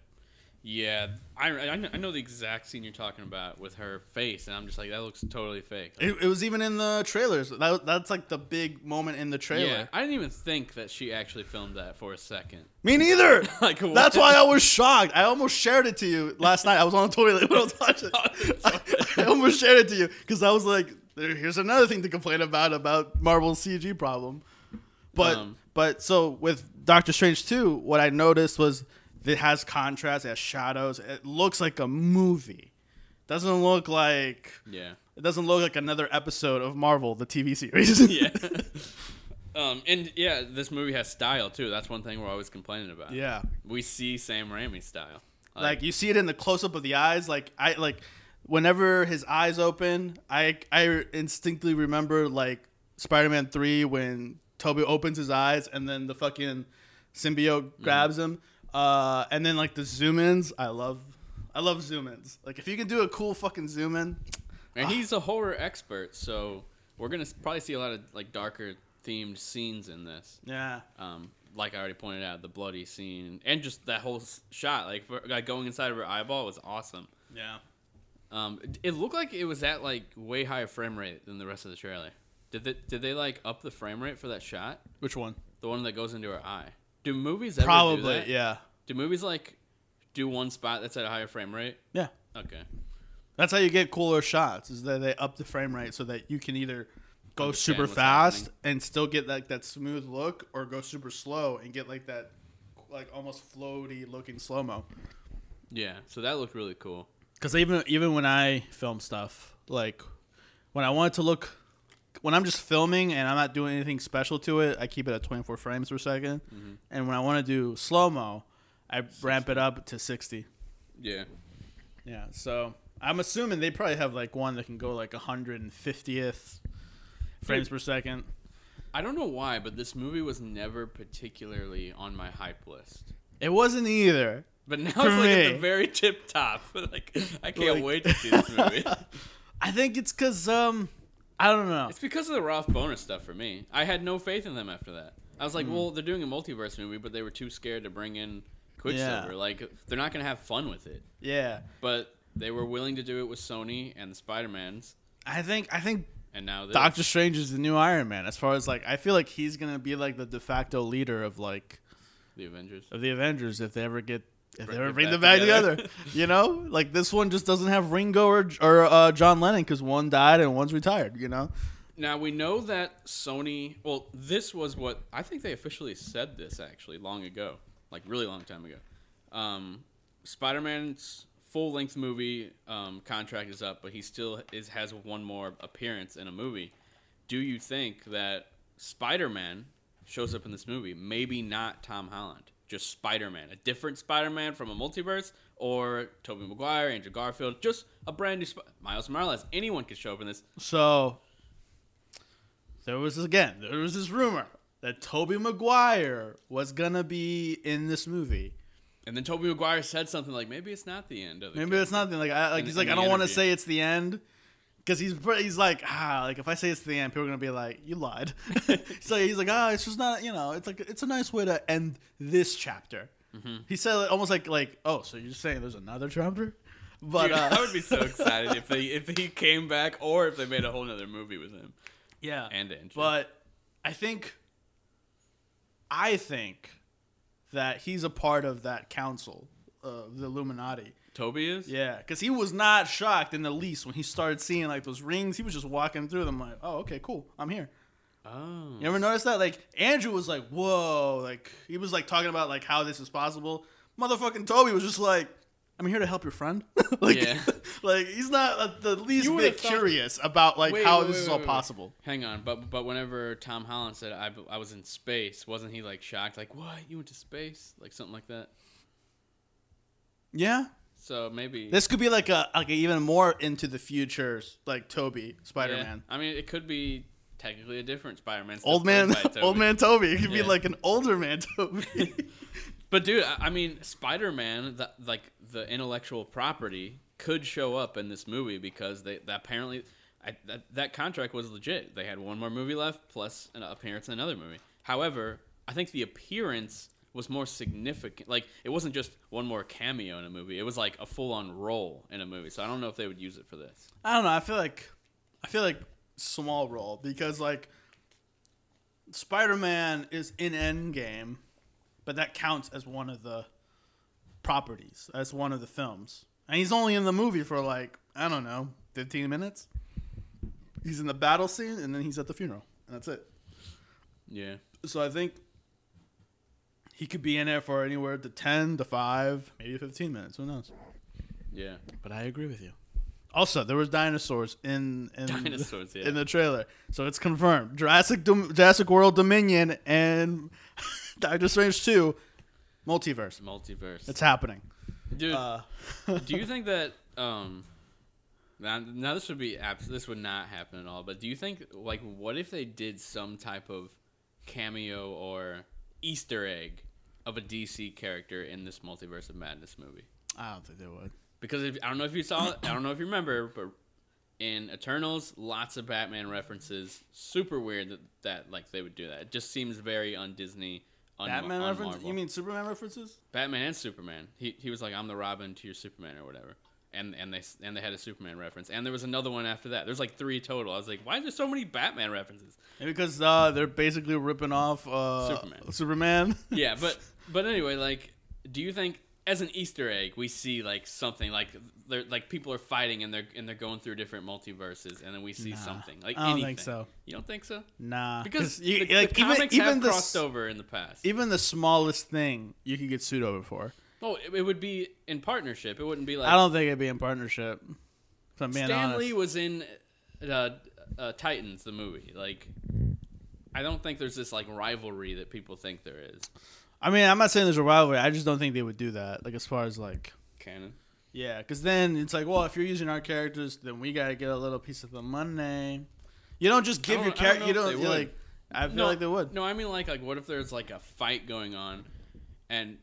Yeah, I, I kn- I know the exact scene you're talking about with her face, and I'm just like, that looks totally fake. It, it was even in the trailers. That, that's like the big moment in the trailer. Yeah, I didn't even think that she actually filmed that for a second. Me neither. Like, what? That's why I was shocked. I almost shared it to you last night. I was on the toilet when I was watching. Oh, I, I almost shared it to you because I was like, there, "Here's another thing to complain about about Marvel's CG problem." But Um. but so with Doctor Strange 2, what I noticed was it has contrast, it has shadows. It looks like a movie. Doesn't look like Yeah, it doesn't look like another episode of Marvel the TV series. yeah. um, and yeah, this movie has style too. That's one thing we're always complaining about. yeah. we see Sam Raimi style. like you see it in the close up of the eyes like i like whenever his eyes open i i instinctively remember like spider-man 3 when toby opens his eyes and then the fucking symbiote Mm-hmm. grabs him uh and then like the zoom ins i love i love zoom ins like if you can do a cool fucking zoom in uh, and he's a horror expert, so we're gonna s- probably see a lot of like darker themed scenes in this. yeah um, like I already pointed out, the bloody scene and just that whole s- shot, like for, like going inside of her eyeball, was awesome. yeah Um, it, it looked like it was at like way higher frame rate than the rest of the trailer. Did they, did they like up the frame rate for that shot? which one The one that goes into her eye. Do movies ever do probably that? yeah Do movies like do one spot that's at a higher frame rate? yeah Okay. That's how you get cooler shots. Is that they up the frame rate so that you can either go Understand super what's fast happening. and still get like that smooth look, or go super slow and get like that like almost floaty looking slow mo. Yeah. So that looked really cool. Because even even when I film stuff, like when I want it to look, when I'm just filming and I'm not doing anything special to it, I keep it at 24 frames per 2nd Mm-hmm. And when I want to do slow mo, I ramp it up to 60. Yeah. Yeah, so I'm assuming they probably have like one that can go like 150th frames per second. I don't know why, but this movie was never particularly on my hype list. It wasn't either, But now For it's like at me. the very tip top. Like I can't Like- wait to see this movie. I think it's because um, I don't know. it's because of the Ralph Boner stuff for me. I had no faith in them after that. I was like, well, they're doing a multiverse movie, but they were too scared to bring in Quicksilver. Yeah. Like they're not gonna have fun with it. Yeah, But they were willing to do it with Sony and the Spider Mans, I think I think and now this. Doctor Strange is the new Iron Man. As far as like, I feel like he's gonna be like the de facto leader of like the Avengers. of the Avengers if they ever get if they Bring ever it bring back them back together. together. you know, like this one just doesn't have Ringo or or uh, John Lennon because one died and one's retired. You know, Now we know that Sony. Well, this was what I think they officially said this actually long ago, like really long time ago. Um, Spider-Man's full-length movie um, contract is up, but he still is has one more appearance in a movie. Do you think that Spider-Man shows up in this movie? Maybe not Tom Holland, just Spider-Man, a different Spider-Man from a multiverse, or Tobey Maguire, Andrew Garfield, just a brand new Sp- Miles Morales. Anyone could show up in this. so there was this- again there was this rumor that Toby Maguire was gonna be in this movie. And then Toby Maguire said something like, "Maybe it's not the end of the Maybe it's nothing. Like, I, like In- he's like, in I the don't want to interview. say it's the end, because he's pr- he's like, ah, like if I say it's the end, people are gonna be like, you lied. so he's like, ah, it's just not, you know, it's like it's a nice way to end this chapter. Mm-hmm. He said it almost like like, oh, so you're saying there's another chapter? But Dude, uh, I would be so excited if they if he came back or if they made a whole nother movie with him yeah, and Andrew. but I think, I think that he's a part of that council of the Illuminati. Toby is. Yeah, because he was not shocked in the least when he started seeing like those rings. He was just walking through them like, oh, okay, cool, I'm here. Oh. You ever notice that? Like Andrew was like, whoa, like he was like talking about like how this is possible. Motherfucking Toby was just like, I'm here to help your friend. like, Yeah. like he's not uh, the least You would've bit thought- curious about like Wait, how wait, this wait, is wait, all wait. possible. Hang on, but but whenever Tom Holland said I, I was in space, wasn't he like shocked? Like what? You went to space? Like something like that. Yeah, So maybe this could be like a like a even more into the future like Toby Spider yeah. Man. I mean, it could be technically a different Spider-Man. still Old man, played by Toby. old man Toby. It could be Yeah. like an older man Toby. But dude, I, I mean, Spider-Man, the, like the intellectual property, could show up in this movie because they, they apparently I, that, that contract was legit. They had one more movie left plus an appearance in another movie. However, I think the appearance was more significant. Like it wasn't just one more cameo in a movie. It was like a full-on role in a movie. So I don't know if they would use it for this. I don't know. I feel like I feel like small role because like Spider Man is in Endgame, but that counts as one of the properties, as one of the films, and he's only in the movie for like I don't know, fifteen minutes. He's in the battle scene, and then he's at the funeral, and that's it. Yeah. So I think he could be in it for anywhere to ten to five, maybe fifteen minutes. Who knows? Yeah. But I agree with you. Also, there was dinosaurs in in, Dinosaurs, yeah. in the trailer, so it's confirmed. Jurassic Dom- Jurassic World Dominion and Doctor Strange Two, multiverse. Multiverse. It's happening. dude, Uh, do you think that um now, now this would be abs- this would not happen at all but do you think like what if they did some type of cameo or easter egg of a dc character in this multiverse of madness movie I don't think they would. because if, i don't know if you saw it i don't know if you remember but in eternals lots of batman references super weird that, that like they would do that it just seems very un-disney un- Batman un- references? Marvel. You mean Superman references? Batman and Superman. He he was like, "I'm the Robin to your Superman" or whatever. And and they and they had a Superman reference. And there was another one after that. There's like three total. I was like, "Why are there so many Batman references?" Maybe because uh, they're basically ripping off uh, Superman. Superman. Yeah, but but anyway, like, do you think as an Easter egg we see like something like they're like people are fighting and they're and they're going through different multiverses and then we see something like I don't think anything. so. You don't think so? nah, Because 'Cause you- the, like, the comics have the crossed s- over in the past. even the smallest thing you could get sued over for. oh, it, it would be in partnership. It wouldn't be like I don't think it'd be in partnership. If I'm being Stan honest. Lee was in uh, uh, Titans, the movie. Like, I don't think there's this like rivalry that people think there is. I mean, I'm not saying there's a rivalry. I just don't think they would do that. Like as far as like, Canon. yeah, because then it's like, well, if you're using our characters, then we gotta get a little piece of the money. You don't just give don't- your I don't character. know You if don't they you're would. like. I feel like they would. No, I mean like like what if there's like a fight going on, and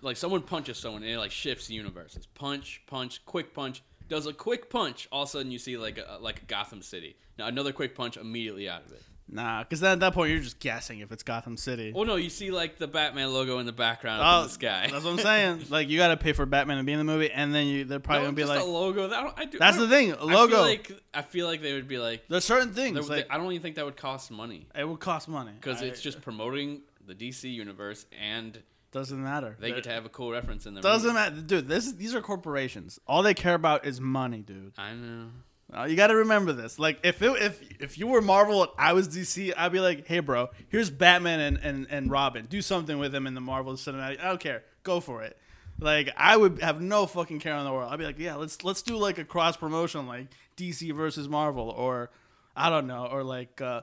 like someone punches someone and it like shifts universes. Punch, punch, quick punch. Does a quick punch, all of a sudden you see like a, like Gotham City. Now another quick punch immediately out of it. Nah, because at that point you're just guessing if it's Gotham City. Well, no, you see like the Batman logo in the background up in the sky. Oh, That's what I'm saying. like you got to pay for Batman to be in the movie, and then you they're probably No, gonna be just like, a logo. That- I don't- I do- That's the I don't- thing, a logo. I feel like I feel like they would be like, there's certain things there- like I don't even think that would cost money it will cost money because I- it's just promoting the DC universe and doesn't matter. they get to have a cool reference in their doesn't movie. matter, dude. This these are corporations. All they care about is money, dude. I know. Uh, you got to remember this. Like if it, if if you were Marvel and I was DC, I'd be like, hey, bro, here's Batman and and and Robin. Do something with him in the Marvel cinematic. I don't care. Go for it. Like I would have no fucking care in the world. I'd be like, yeah, let's let's do like a cross promotion, like DC versus Marvel, or I don't know, or like uh,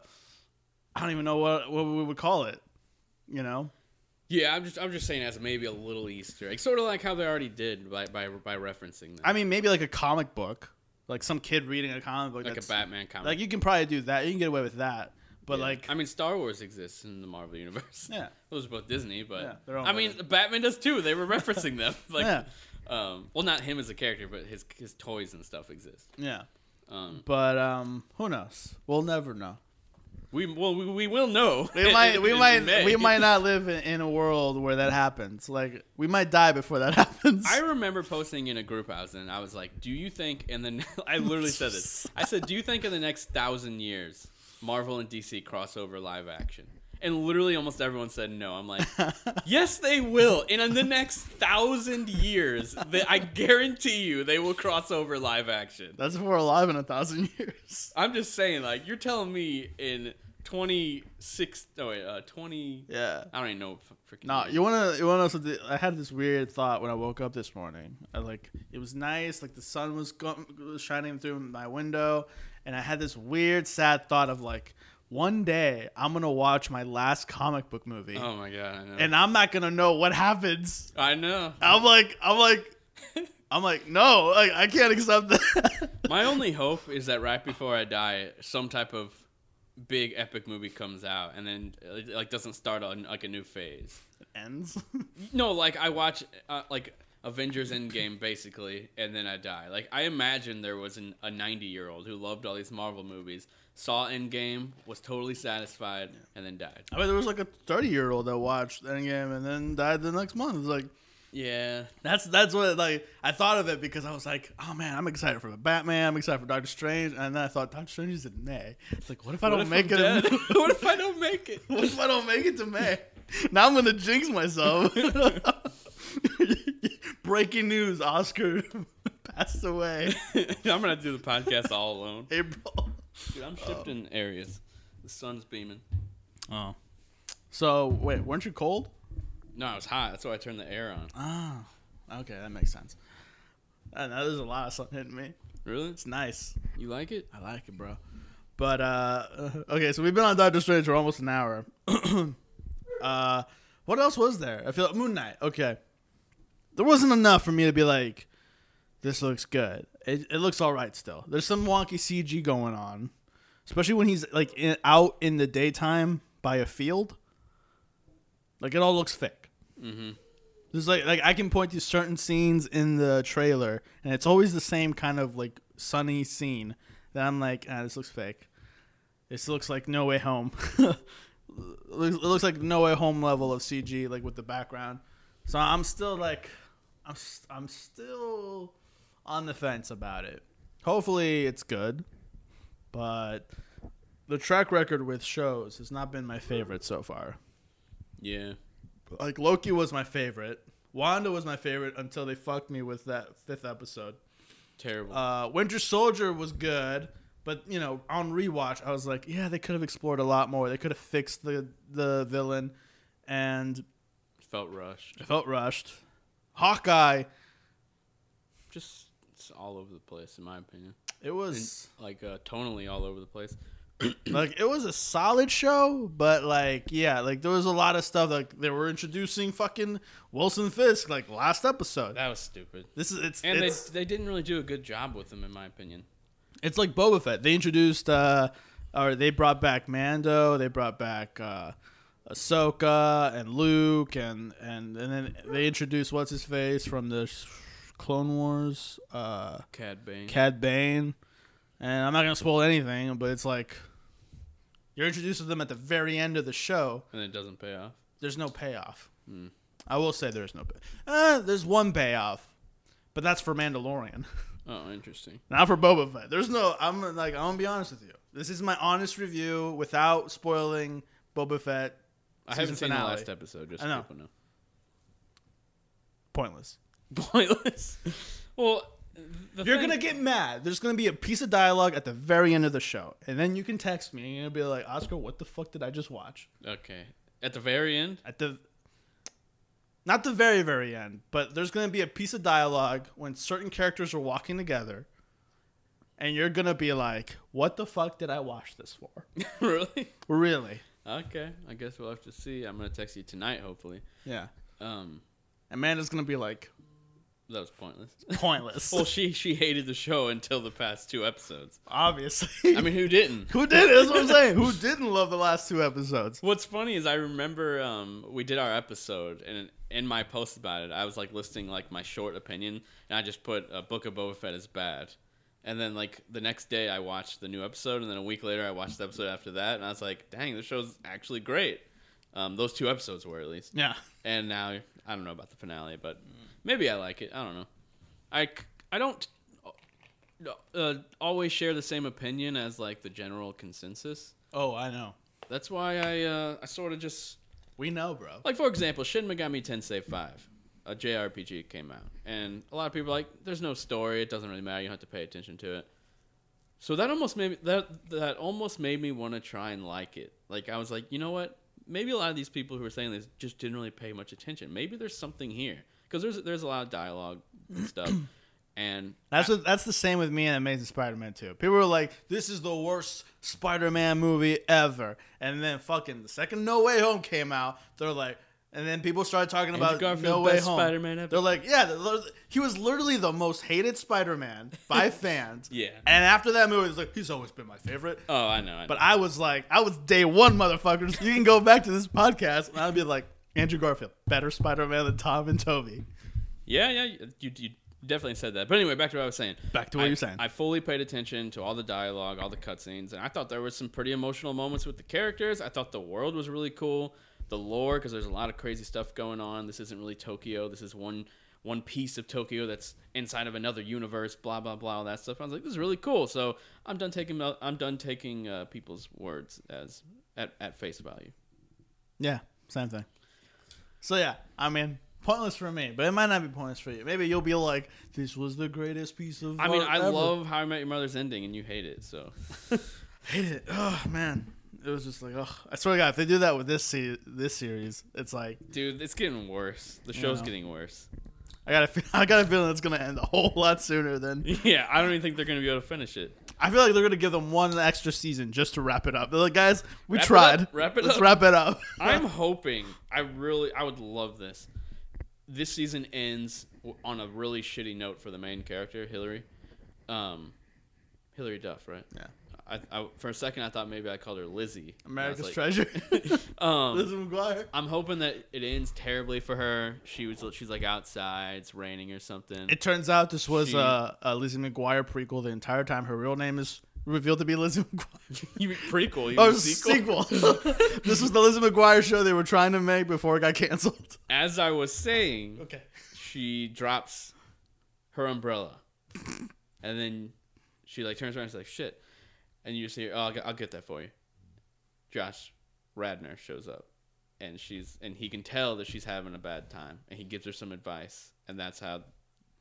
I don't even know what what we would call it. You know, Yeah, I'm just I'm just saying as maybe a little Easter egg, sort of like how they already did by by, by referencing that, I mean maybe like a comic book, like some kid reading a comic book, like a that's- Batman comic. Like you can probably do that. You can get away with that. But Yeah. like, I mean, Star Wars exists in the Marvel universe. Yeah. those are both Disney, but Yeah, their own I mean, Batman does too. They were referencing them. Like, Yeah. um, well, not him as a character, but his his toys and stuff exist. yeah. Um, But um, who knows? We'll never know. we well, we, we will know. We might, in- we in might, May. we might not live in, in a world where that happens. Like we might die before that happens. I remember posting in a group house, and I was like, "Do you think?" And then I literally said this. I said, "Do you think in the next thousand years, Marvel and DC crossover live action?" And literally, almost everyone said no. I'm like, "Yes, they will." And in the next thousand years, they, I guarantee you, they will cross over live action. That's if we're alive in a thousand years. I'm just saying, like, you're telling me in 26, no wait, uh, 20. Yeah. I don't even know. what Freaking No, year. you wanna, you wanna. know something? I had this weird thought when I woke up this morning. I like it was nice, like the sun was go- shining through my window, and I had this weird, sad thought of like, one day I'm gonna watch my last comic book movie. Oh my god, I know. and I'm not gonna know what happens. I know. I'm like, I'm like, I'm like, no, like, I can't accept that. My only hope is that right before I die, some type of big epic movie comes out, and then it, like doesn't start on like a new phase. ends. No, like I watch uh, like Avengers Endgame basically, and then I die. Like I imagine there was an, a ninety year old who loved all these Marvel movies, saw Endgame, was totally satisfied, and then died. I mean, there was like a 30 year old that watched Endgame and then died the next month. It's like Yeah, that's that's what like I thought of it because I was like, oh man, I'm excited for the Batman. I'm excited for Doctor Strange, and then I thought Doctor Strange is in May. It's like, what if I What don't if make I'm it? in- dead? what if I don't make it? what if I don't make it to May? Now I'm gonna jinx myself. Breaking news: Oscar passed away. I'm gonna do the podcast all alone. April. Dude, I'm shifting areas. The sun's beaming. Oh. So wait, weren't you cold? No, it was hot. That's why I turned the air on. Oh. Okay, that makes sense. I know there's a lot of sun hitting me. Really? It's nice. You like it? I like it, bro. But uh okay, so we've been on Doctor Strange for almost an hour. uh what else was there? I feel like Moon Knight. Okay. There wasn't enough for me to be like this looks good. It, it looks all right still. There's some wonky CG going on, especially when he's like in, out in the daytime by a field. Like it all looks fake. There's like like I can point to certain scenes in the trailer, and it's always the same kind of like sunny scene that I'm like, ah, this looks fake. This looks like No Way Home. it looks it looks like No Way Home level of CG, like with the background. So I'm still like, I'm s- I'm still on the fence about it. Hopefully it's good, but the track record with shows has not been my favorite so far Yeah. like Loki was my favorite. Wanda was my favorite until they fucked me with that fifth episode. Terrible. Uh, Winter Soldier was good, but you know, on rewatch, I was like, yeah, they could have explored a lot more. They could have fixed the the villain, and Felt rushed. I felt rushed. Hawkeye, Just it's all over the place, in my opinion. it was Like uh, tonally all over the place. like it was a solid show, but like yeah, like there was a lot of stuff like they were introducing fucking Wilson Fisk like last episode. That was stupid. This is it's And it's, they they didn't really do a good job with him, in my opinion. It's like Boba Fett. They introduced, uh, or they brought back Mando. They brought back uh, Ahsoka and Luke, and and and then they introduced what's his face from the Clone Wars, uh, Cad Bane. Cad Bane. And I'm not gonna spoil anything, but it's like you're introduced to them at the very end of the show. and it doesn't pay off. There's no payoff. I will say there's no. Pay- uh, there's one payoff, but that's for Mandalorian. Oh, interesting. Not for Boba Fett. There's no. I'm like I'm gonna be honest with you. This is my honest review without spoiling Boba Fett. I Season haven't seen finale. the last episode, just I so know. people know. Pointless. Pointless. well, the You're thing- gonna get mad. There's gonna be a piece of dialogue at the very end of the show, and then you can text me and you're gonna be like, Oscar, what the fuck did I just watch? Okay. At the very end? At the not the very very end, but there's gonna be a piece of dialogue when certain characters are walking together, and you're gonna be like, what the fuck did I watch this for? really? really? Okay. I guess we'll have to see. I'm gonna text you tonight, hopefully. Yeah. Um, Amanda's gonna be like that was pointless. pointless. well, she she hated the show until the past two episodes. Obviously. I mean, who didn't? who did? That's what I'm saying. Who didn't love the last two episodes? What's funny is I remember um, we did our episode, and in my post about it, I was like listing like my short opinion, and I just put uh, Book of Boba Fett is bad. And then like the next day, I watched the new episode, and then a week later, I watched the episode after that, and I was like, "Dang, this show's actually great." Um, those two episodes were at least. Yeah. And now I don't know about the finale, but maybe I like it. I don't know. I c- I don't uh, always share the same opinion as like the general consensus. Oh, I know. That's why I uh, I sort of just We know, bro. like for example, Shin Megami Tensei 5, a JRPG came out, and a lot of people are like, "There's no story. It doesn't really matter. You don't have to pay attention to it." So that almost made me, that that almost made me want to try and like it. Like I was like, you know what? Maybe a lot of these people who are saying this just didn't really pay much attention. Maybe there's something here because there's there's a lot of dialogue and stuff, and That's what, that's the same with me and Amazing Spider-Man 2. People were like, "This is the worst Spider-Man movie ever," and then fucking the second No Way Home came out, they're like, and then people started talking Andrew about Garfield, No Way best Home. Spider-Man ever. They're like, "Yeah, they're- he was literally the most hated Spider-Man by fans." Yeah. And after that movie, it's like he's always been my favorite. oh, I know, I know. But I was like, I was day one, motherfuckers. You can go back to this podcast, and I'll be like, Andrew Garfield, better Spider-Man than Tom and Toby. Yeah, yeah, you, you definitely said that. But anyway, back to what I was saying. Back to what I- you were saying. I fully paid attention to all the dialogue, all the cutscenes, and I thought there was some pretty emotional moments with the characters. I thought the world was really cool, the lore because there's a lot of crazy stuff going on. This isn't really Tokyo. This is one one piece of Tokyo that's inside of another universe. Blah blah blah, all that stuff. I was like, this is really cool. So I'm done taking I'm done taking uh, people's words as at, at face value. Yeah, same thing. So yeah, I mean, pointless for me, but it might not be pointless for you. Maybe you'll be like, "This was the greatest piece of." I mean, art I ever." love How I Met Your Mother's ending, and you hate it. So hate it. Oh man, it was just like, oh, I swear to God, if they do that with this se- this series, it's like Dude, it's getting worse. The show's know. getting worse. I got a fe- I got a feeling it's gonna end a whole lot sooner than. Yeah, I don't even think they're gonna be able to finish it. I feel like they're gonna give them one extra season just to wrap it up. They're like, guys, we Wrap it tried. up, wrap it Let's up." wrap it up. I'm hoping. I really, I would love this. This season ends w- on a really shitty note for the main character, Hillary. Um, Hillary Duff, right? Yeah. I, I, for a second, I thought maybe I called her Lizzie. And I was America's like- treasure. Um, Lizzie McGuire. I'm hoping that it ends terribly for her. She was, she's like outside, it's raining or something. It turns out this was She- uh, a Lizzie McGuire prequel the entire time. Her real name is revealed to be Lizzie McGuire. you prequel, you Oh, mean sequel. sequel. this was the Lizzie McGuire show they were trying to make before it got canceled. As I was saying, Okay. she drops her umbrella, and then she like turns around and she's like, "Shit!" And you see, "Oh, I'll get, I'll get that for you." Josh Radner shows up, and she's and he can tell that she's having a bad time, and he gives her some advice, and that's how,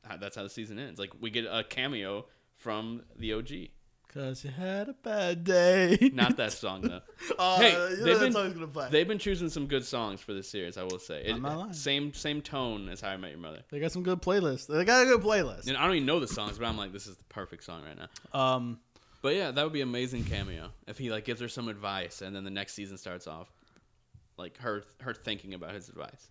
how that's how the season ends. Like we get a cameo from the OG, Cause you had a bad day. not that song though. Oh, Hey, you know they've that been- song's gonna play. They, They've been choosing some good songs for this series, I will say. It, I'm not lying. Same same tone as How I Met Your Mother. got some good playlists. They got a good playlist. And I don't even know the songs, but I'm like, this is the perfect song right now. Um, But yeah, that would be amazing cameo if he like gives her some advice, and then the next season starts off like her her thinking about his advice.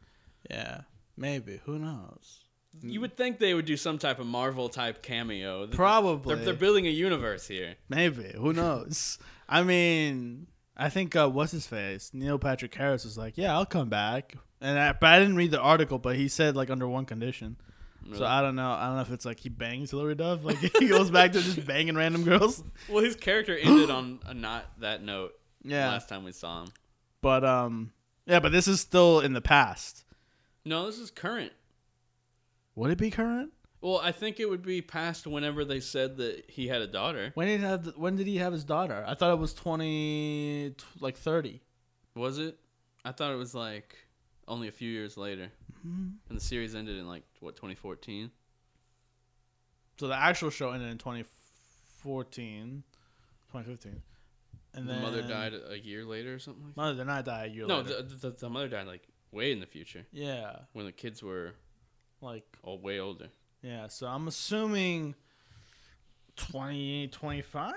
yeah, maybe. Who knows? You would think they would do some type of Marvel type cameo. Th- Probably. they're, they're building a universe here. Maybe. Who knows? I mean, I think uh, what's his face Neil Patrick Harris was like, yeah, I'll come back, and I, but I didn't read the article, but he said like under one condition. So Really? I don't know. I don't know if it's like he bangs Hillary Duff, like he goes back to just banging random girls. Well, his character ended on a not that note. Yeah, Last time we saw him. but um, yeah, but this is still in the past. No, this is current. Would it be current? Well, I think it would be past whenever they said that he had a daughter. When did he have? When did he have his daughter? I thought it was twenty, tw- like thirty. Was it? I thought it was like only a few years later. And the series ended in like what 2014. So the actual show ended in 2014, 2015, and The then mother died a year later or something. Like Mother did not die a year that. No, later. the, the, the mother died like way in the future yeah, when the kids were like all way older. yeah. So I'm assuming 2025.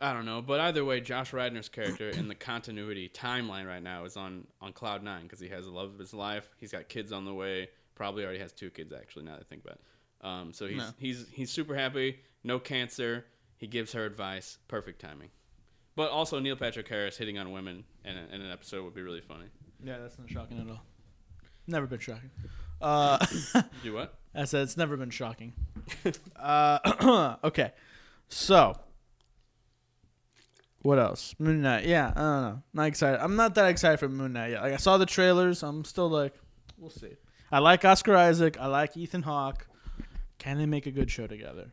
I don't know, but either way, Josh Radner's character in the continuity timeline right now is on on cloud nine because he has the love of his life. He's got kids on the way. Probably already has two kids actually. Now that I think about it, um, so he's No. he's he's super happy. No cancer. He gives her advice. Perfect timing. But also Neil Patrick Harris hitting on women in, a, in an episode would be really funny. Yeah, that's not shocking at all. Never been shocking. Uh, Do what? I said it's never been shocking. uh, okay, so what else? Moon Knight. Yeah, I don't know. Not excited. I'm not that excited for Moon Knight yet. Like I saw the trailers. I'm still like, we'll see. I like Oscar Isaac. I like Ethan Hawke. Can they make a good show together?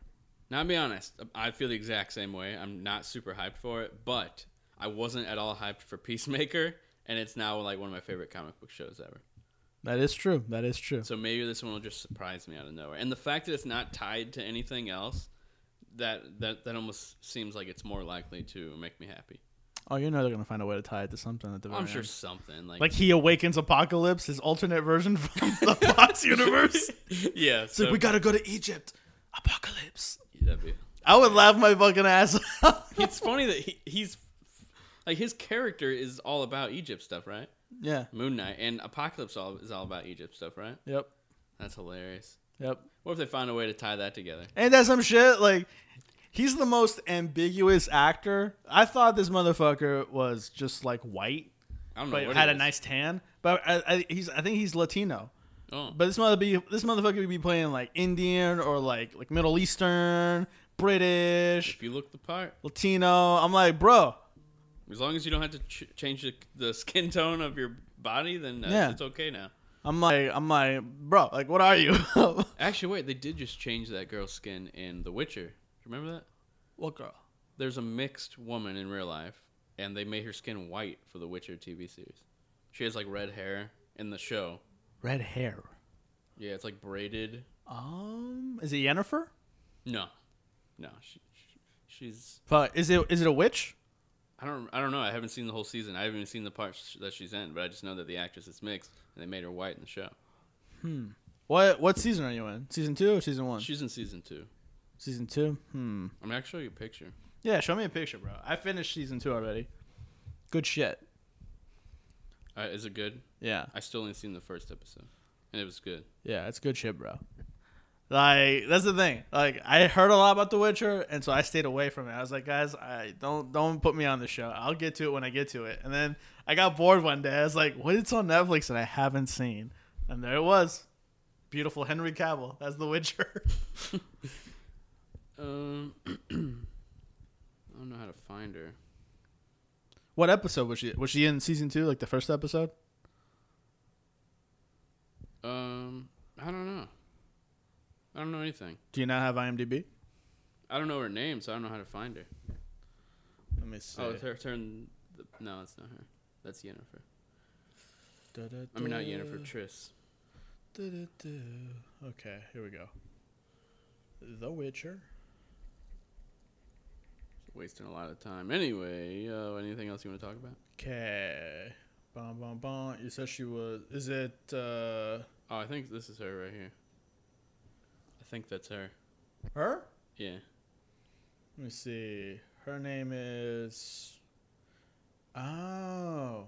Now, I'll be honest. I feel the exact same way. I'm not super hyped for it, but I wasn't at all hyped for Peacemaker, and it's now like one of my favorite comic book shows ever. That is true. That is true. So maybe this one will just surprise me out of nowhere. And the fact that it's not tied to anything else, that that that almost seems like it's more likely to make me happy. Oh, you know they're gonna find a way to tie it to something at the very I'm sure end. something like, Oh, Like he awakens Apocalypse, his alternate version from the Fox universe. yeah. It's like so- we gotta go to Egypt. Apocalypse. that'd be- I would laugh my fucking ass off. it's funny that he, he's like his character is all about Egypt stuff, right? yeah. Moon Knight and Apocalypse all is all about Egypt stuff, right? Yep. That's hilarious. Yep. What if they find a way to tie that together? And that's some shit. Like, he's the most ambiguous actor. I thought this motherfucker was just like white, I don't know. but Oh, what had it a is. nice tan. But I, I, he's, I think he's Latino. Oh, But this mother be, this motherfucker would be playing like Indian or like like Middle Eastern, British, if you look the part, Latino. I'm like, bro, as long as you don't have to ch- change the, the skin tone of your body, then uh, Yeah. it's okay now. I'm like, I'm like, bro, like, what are you? Actually, wait, they did just change that girl's skin in The Witcher. Remember that? what girl? There's a mixed woman in real life, and they made her skin white for The Witcher TV series. She has like red hair in the show. Red hair. Yeah, it's like braided. Um, is it Yennefer? No, no, she, she, she's. Fuck, is it is it a witch? I don't. I don't know. I haven't seen the whole season. I haven't even seen the parts that she's in. But I just know that the actress is mixed, and they made her white in the show. What what season are you in? Season two or season one? She's in season two. Season two. Hmm. I'm gonna show you a picture. Yeah, show me a picture, bro. I finished season two already. Good shit. Uh, is it good? Yeah, I still only seen the first episode, and it was good. yeah, it's good shit, bro. Like that's the thing. Like I heard a lot about The Witcher, and so I stayed away from it. I was like, guys, I don't don't put me on the show. I'll get to it when I get to it. And then I got bored one day. I was like, what? It's on Netflix and I haven't seen. And there it was. Beautiful Henry Cavill as The Witcher. Um, I don't know how to find her. what episode was she? Was she in season two? Like the first episode? Um, I don't know. I don't know anything. Do you not have IMDb? I don't know her name, so I don't know how to find her. Let me see. Oh, it's her turn. The, no, it's not her. That's Yennefer. I mean, not Yennefer. Triss. Okay, here we go. The Witcher. Wasting a lot of time. Anyway, uh, anything else you want to talk about? Okay. Bon bon bon. You said she was. Is it? uh Oh, I think this is her right here. I think that's her. Her? Yeah. Let me see. Her name is. Oh,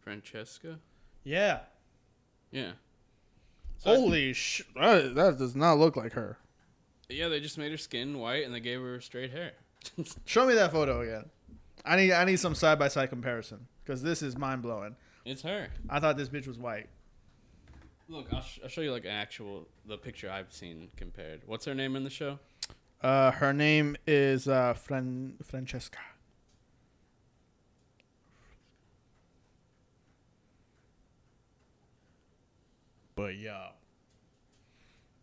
Francesca? yeah. Yeah. So I- Holy sh! That, that does not look like her. yeah, they just made her skin white and they gave her straight hair. Show me that photo again. I need I need some side by side comparison because this is mind blowing. It's her. I thought this bitch was white. Look, I'll, sh- I'll show you like an actual the picture I've seen compared. What's her name in the show? Uh, her name is uh, Fran- Francesca. But yeah,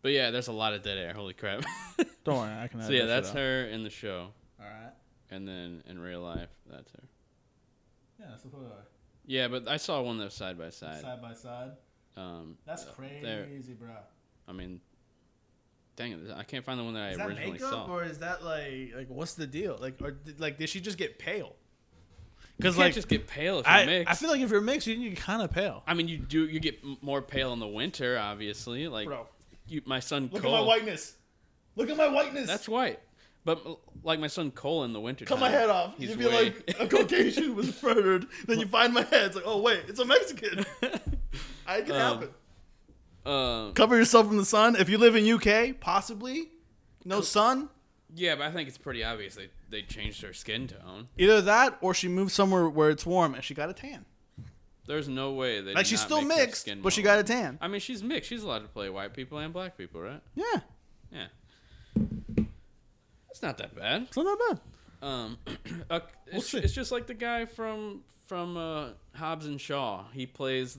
But yeah, there's a lot of dead air. Holy crap. don't worry, I can. so edit yeah, that that's shit out. her in the show, All right. and then in real life, that's her. Yeah, that's the photo. Yeah, but I saw one that was side by side. Side by side. Um, That's uh, crazy, there- bro. I mean, dang it, I can't find the one that I Is that originally makeup saw. or is that like like what's the deal? Like or did, like did she just get pale? you Because can't like just get pale if you I, mix. I feel like if you're mixed, you get kind of pale. I mean, you do. You get m- more pale in the winter, obviously. Like Bro, you, my son look Cole. at my whiteness. Look at my whiteness. That's white. But like my son Cole in the winter. Cut my head off. You'd be like, a Caucasian was murdered. Then you find my head. It's like, oh wait, it's a Mexican. I it can Um, happen. um, Cover yourself from the sun. If you live in UK, possibly no sun. yeah, but I think it's pretty obvious they they changed her skin tone. Either that, or she moved somewhere where it's warm and she got a tan. There's no way they Like did she's not still make her mixed, skin but she more- got a tan. I mean, she's mixed. She's allowed to play white people and black people, right? Yeah, Yeah. It's not that bad. it's not that bad. Um, uh, it's, see. it's just like the guy from from uh, Hobbs and Shaw. He plays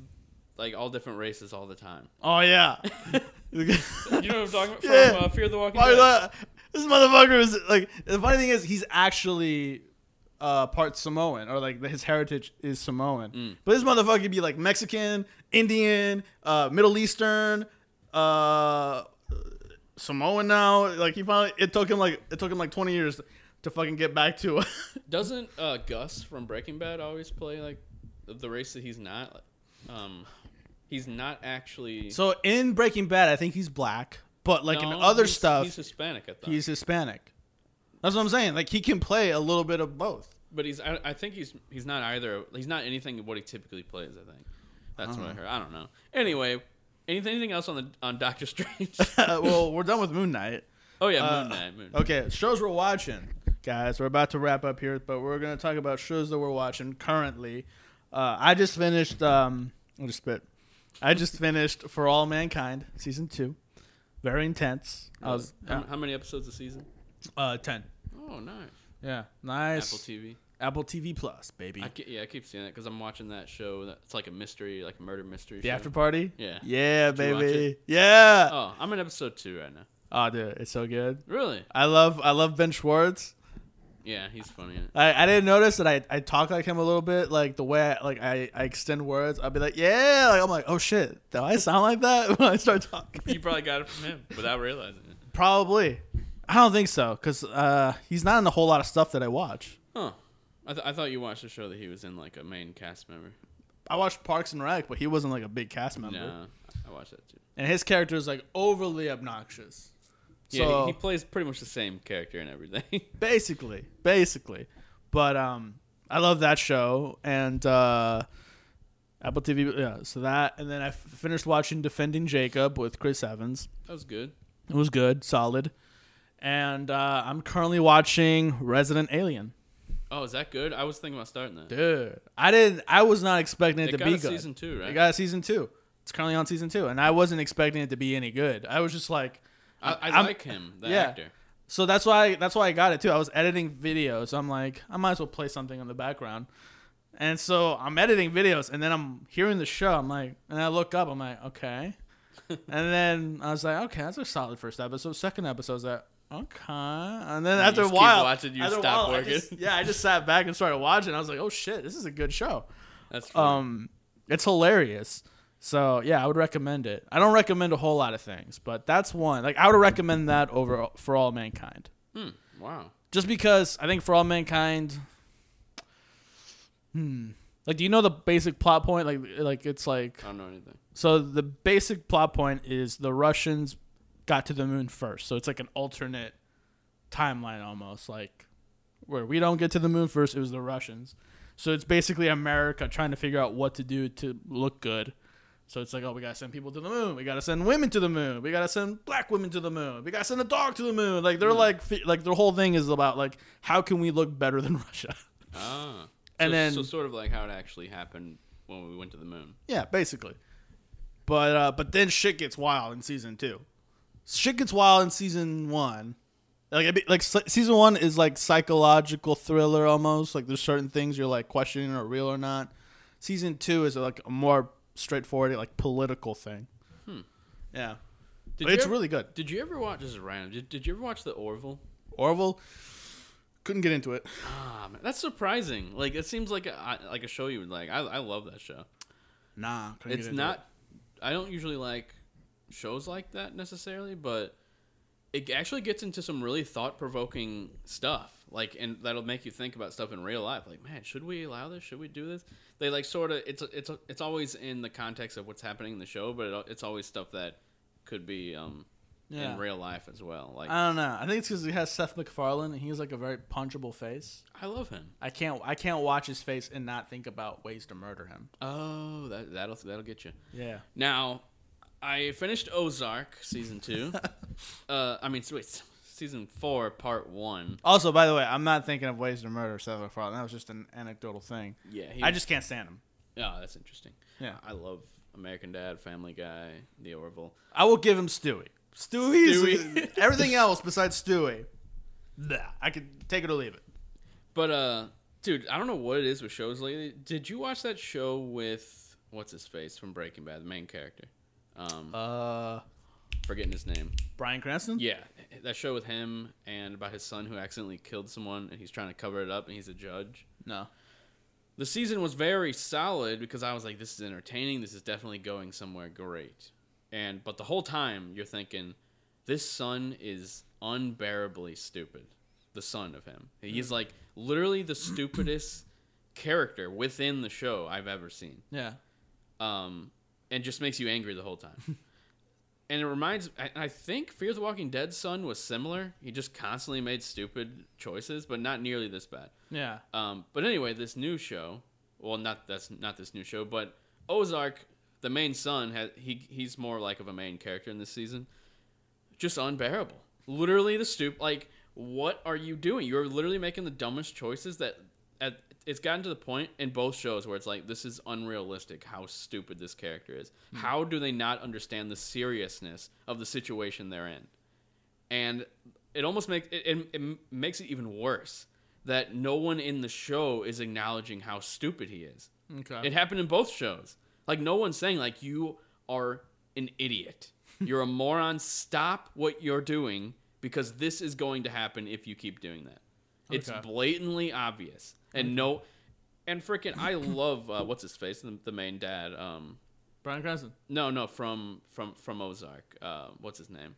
like all different races all the time. Oh yeah. You know what I'm talking about? From Yeah. uh, Fear the Walking Why Dead. not? This motherfucker is like the funny thing is he's actually uh, part Samoan or like his heritage is Samoan, but this motherfucker could be like Mexican, Indian, uh, Middle Eastern, uh, Samoan now. Like he finally it took him like it took him like twenty years to fucking get back to. Doesn't uh, Gus from Breaking Bad always play like the- the race that he's not? Um, he's not actually. so in Breaking Bad, I think he's black, but like in No, other he's- stuff, he's Hispanic. I thought, he's Hispanic. That's what I'm saying. Like he can play a little bit of both. but he's. I, I think he's. He's not either. He's not anything of what he typically plays. I think that's Uh-huh. what I heard. I don't know. Anyway, anything, anything else on the on Doctor Strange? Uh, well, we're done with Moon Knight. oh yeah, Uh, Moon Knight. Moon Knight. Okay, shows we're watching, guys. We're about to wrap up here, but we're gonna talk about shows that we're watching currently. Uh, I just finished. Um, I just spit. I just finished For All Mankind season two. Very intense. I was how, how many episodes a season? uh, ten. Oh, nice. Yeah, nice. Apple TV. Apple TV Plus, baby. I ke- yeah, I keep seeing that because I'm watching that show. That, it's like a mystery, like a murder mystery. the show. after party. Yeah. Yeah, Did you watch baby. Yeah. Oh. Oh, I'm in episode two right now. dude, it's so good. Really? I love. I love Ben Schwartz. Yeah, he's funny. I, I didn't notice that I, I talk like him a little bit, like the way I, like I, I extend words. I'll be like, yeah, like, I'm like, oh shit, do I sound like that when I start talking? You probably got it from him without realizing it. Probably. I don't think so, cause uh, he's not in a whole lot of stuff that I watch. Huh. I, th- I thought you watched a show that he was in, like a main cast member. I watched Parks and Rec, but he wasn't like a big cast member, No, I watched that too. and his character is like overly obnoxious. Yeah, so he, he plays pretty much the same character and everything. basically, basically, but um, I love that show and uh, Apple TV. Yeah, so that, and then I f- finished watching Defending Jacob with Chris Evans. that was good. It was good, solid. And uh, I'm currently watching Resident Alien. Oh, is that good? I was thinking about starting that. Dude, I didn't. I was not expecting it, It to got be a good. season two, It right? got a season two. It's currently on season two, and I wasn't expecting it to be any good. I was just like, I, I I'm- like him, the yeah. actor. so that's why that's why I got it too. I was editing videos. I'm like, I might as well play something in the background. And so I'm editing videos, and then I'm hearing the show. I'm like, and I look up. I'm like, okay. and then I was like, okay, that's a solid first episode. Second episode, I was like, okay. And then after just a keep while, watching, you after a stop while, I working. just- yeah, I just sat back and started watching. I was like, oh shit, this is a good show. That's funny. Um, it's hilarious. So yeah, I would recommend it. I don't recommend a whole lot of things, but that's one. Like I would recommend that over for all mankind, Hmm, wow. just because I think for all mankind. Hmm. Like, do you know the basic plot point? Like, like it's like I don't know anything. so the basic plot point is the Russians got to the moon first. So it's like an alternate timeline almost, like where we don't get to the moon first, it was the Russians. So it's basically America trying to figure out what to do to look good. So it's like, oh, we gotta send people to the moon. We gotta send women to the moon. We gotta send black women to the moon. We gotta send a dog to the moon. Like they're like, fi- like their whole thing is about like, how can we look better than Russia? Ah. And So- then- so sort of like how it actually happened when we went to the moon. Yeah, basically. But uh, but then shit gets wild in season two. Shit gets wild in season one. Like it be, like s- season one is like psychological thriller almost. Like there's certain things you're like questioning are real or not. Season two is like a more straightforward like political thing. Yeah, Did But you it's ever- really good. Did you ever watch? This is random. Did, did you ever watch the Orville? Orville couldn't get into it. Ah, man, that's surprising. Like it seems like a I- like a show you would like. I I love that show. Nah, couldn't get it's into not i don't usually like shows like that necessarily but it actually gets into some really thought-provoking stuff like and that'll make you think about stuff in real life like man should we allow this should we do this they like sort of it's it's it's always in the context of what's happening in the show but it, it's always stuff that could be um Yeah. in real life as well like I don't know. I think it's because he has Seth MacFarlane and he has like a very punchable face. i love him I can't I can't watch his face and not think about ways to murder him. oh that that'll that'll get you Yeah. Now, I finished Ozark season two. uh, I mean, wait, season four, part one. Also, by the way, I'm not thinking of ways to murder Seth MacFarlane. That was just an anecdotal thing. Yeah, he I was- just can't stand him. Oh, that's interesting. Yeah. I love American Dad, Family Guy, The Orville. I will give him Stewie. Stewie. is- Stewie. everything else besides Stewie. bleh, I could take it or leave it. But uh, dude, I don't know what it is with shows lately. Did you watch that show with what's his face from Breaking Bad, the main character? Um, Uh, forgetting his name. Brian Cranston. Yeah, that show with him and about his son who accidentally killed someone and he's trying to cover it up and he's a judge. No. the season was very solid because I was like, this is entertaining. This is definitely going somewhere great. And but the whole time you're thinking, this son is unbearably stupid. The son of him, he's like literally the stupidest character within the show I've ever seen Yeah. um, and just makes you angry the whole time. and it reminds, I, I think Fear the Walking Dead's son was similar. He just constantly made stupid choices, but not nearly this bad. Yeah. Um, but anyway, this new show, well, not that's not this new show, but Ozark, the main son, has, he he's more like of a main character in this season. Just unbearable. Literally the stoop. Like, what are you doing? You're literally making the dumbest choices that. At, it's gotten to the point in both shows where it's like this is unrealistic how stupid this character is. How do they not understand the seriousness of the situation they're in? and it almost makes it, it, it makes it even worse that no one in the show is acknowledging how stupid he is. Okay. It happened in both shows. Like no one's saying like you are an idiot. You're a moron. Stop what you're doing because this is going to happen if you keep doing that. It's Okay. blatantly obvious. And no and freaking I love uh, what's his face the, the main dad um Brian Cranston. no, no, from from from Ozark. Uh, what's his name?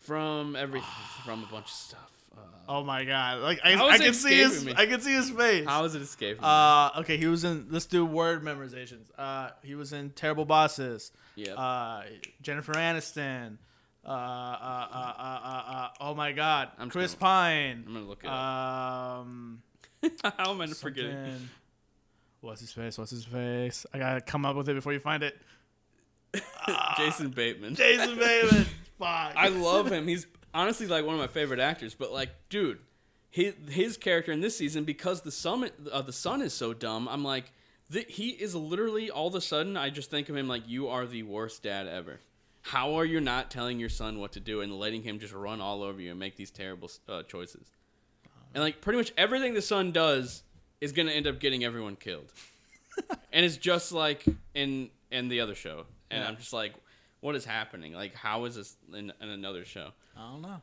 From every from a bunch of stuff. Uh, Oh my god! Like I, How is I it can see his, escaping me? I can see his face. how is it escaping? me? Uh, okay, he was in. Let's do word memorizations. Uh, he was in Terrible Bosses. Yep. Uh, Jennifer Aniston. Uh, uh, uh, uh, uh, uh, oh my God, I'm just Chris gonna- Pine. I'm gonna look it Um, how am I forgetting? uh, something- What's his face? What's his face? I gotta come up with it before you find it. Jason Bateman. Jason Bateman. Fuck. I love him. He's honestly like one of my favorite actors. But like, dude, his his character in this season because the summit uh, the son is so dumb. I'm like, th- he is literally all of a sudden. I just think of him like, you are the worst dad ever. How are you not telling your son what to do and letting him just run all over you and make these terrible uh, choices? And like, pretty much everything the son does is gonna end up getting everyone killed. and it's just like in in the other show and Yeah. i'm just like what is happening like how is this in, in another show I don't know.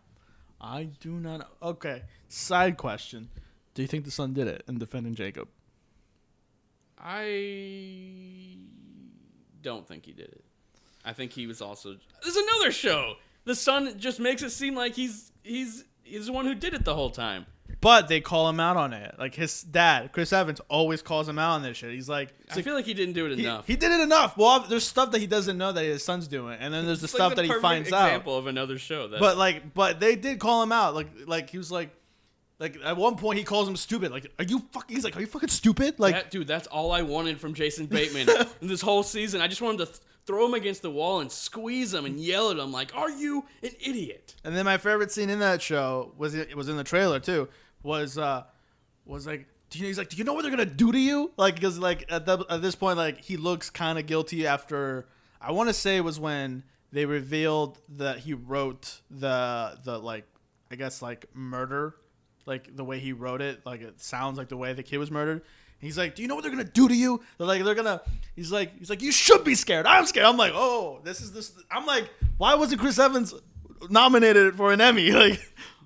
I do not. know. Okay. Side question: Do you think the son did it in defending Jacob? i don't think he did it i think he was also there's another show the son just makes it seem like he's he's he's the one who did it the whole time But they call him out on it. Like his dad, Chris Evans, always calls him out on this shit. He's like, it's i like, feel like he didn't do it he, enough he did it enough. Well, there's stuff that he doesn't know that his son's doing, and then there's the It's like stuff that he perfect finds example of another show that out. But like, but they did call him out. Like, like he was like, like at one point he calls him stupid. Like, are you fucking? He's like, are you fucking stupid? Like, That- dude, that's all I wanted from Jason Bateman this whole season. I just wanted to th- throw him against the wall and squeeze him and yell at him like, "Are you an idiot?" And then my favorite scene in that show was it was in the trailer too. Was uh, was like, do you, he's like, do you know what they're gonna do to you? Like, because like at, the, at this point, like he looks kind of guilty after. I want to say it was when they revealed that he wrote the the like, I guess like murder, like the way he wrote it, like it sounds like the way the kid was murdered. He's like, do you know what they're gonna do to you? They're like, they're gonna. He's like, he's like, you should be scared. I'm scared. I'm like, oh, this is this. I'm like, why wasn't Chris Evans nominated for an Emmy?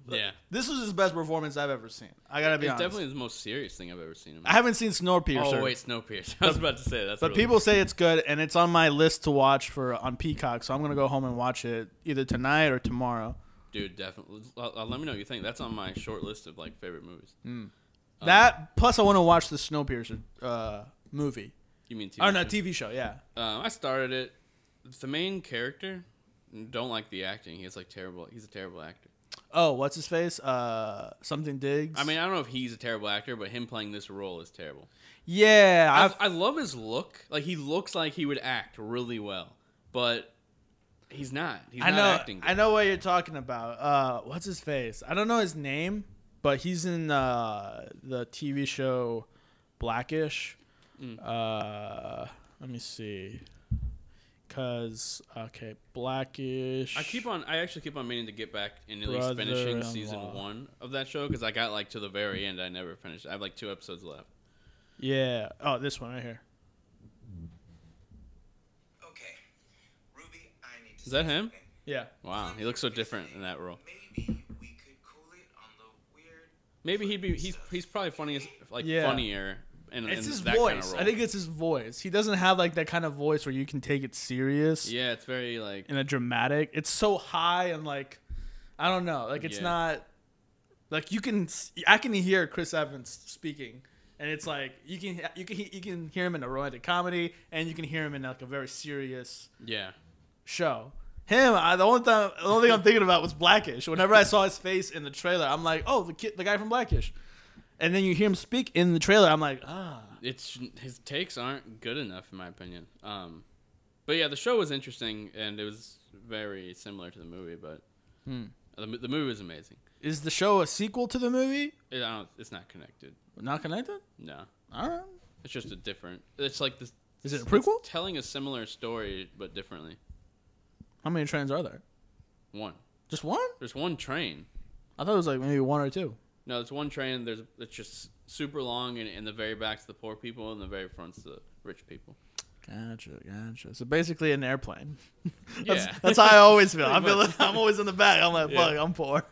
Like, Yeah. this was his best performance I've ever seen. I gotta be It's honest. definitely the most serious thing I've ever seen. in my I haven't seen Snowpiercer, Oh wait, Snowpiercer. I was about to say that's. but really- people say it's good, and it's on my list to watch for on Peacock. So I'm gonna go home and watch it either tonight or tomorrow. dude, definitely. Uh, uh, let me know what you think. That's on my short list of like favorite movies. Mm. Oh. that plus, I want to watch the Snowpiercer uh, movie You mean TV? or Oh, no show? TV show. Yeah, Um, I started it. The main character don't like the acting. He's like terrible. He's a terrible actor. Oh, what's his face? Uh, something Diggs. I mean, I don't know if he's a terrible actor, but him playing this role is terrible. yeah, I, I've, I love his look. Like he looks like he would act really well, but he's not. He's I not know, acting. Good. I know what you're talking about. Uh, what's his face? I don't know his name, but he's in uh, the TV show Blackish. Mm. Uh, let me see, cause okay, Blackish. I keep on. I actually keep on meaning to get back and at least finishing season Brother-in-law. one of that show because I got like to the very end. I never finished. I have like two episodes left. Yeah. Oh, this one right here. Okay, Ruby, I need to Is that say him? something. Yeah. Wow, he looks so different in that role. Maybe we could cool it on the weird. Maybe he'd be. He's he's probably funniest. Like Yeah. funnier. In, It's in his that voice. Kind of role. I think it's his voice. He doesn't have like that kind of voice where you can take it serious. Yeah, it's very like. in a dramatic. It's so high and like I don't know. Like it's Yeah. not like you can s- I can hear Chris Evans speaking and it's like you can you can you can hear him in a romantic comedy and you can hear him in like a very serious Yeah. show. Him, I, the only time the only thing I'm thinking about was Blackish. Whenever I saw his face in the trailer, I'm like, "Oh, the kid, the guy from Blackish." And then you hear him speak in the trailer, I'm like, "Ah, it's his takes aren't good enough in my opinion. Um, but yeah, the show was interesting and it was very similar to the movie, but Hmm. the, the movie was amazing. is the show a sequel to the movie? It, I don't, it's not connected. Not connected? No, All right. it's just a different. It's like this. Is it a it's prequel? telling a similar story but differently. How many trains are there? One. Just one? There's one train. I thought it was like maybe one or two. No, it's one train. There's it's just super long, and in the very back's the poor people, and the very front's the rich people. Gotcha, gotcha. So basically, an airplane. that's, Yeah. that's how I always feel. I Pretty feel much. like I'm always in the back. I'm like, Yeah. fuck, I'm poor.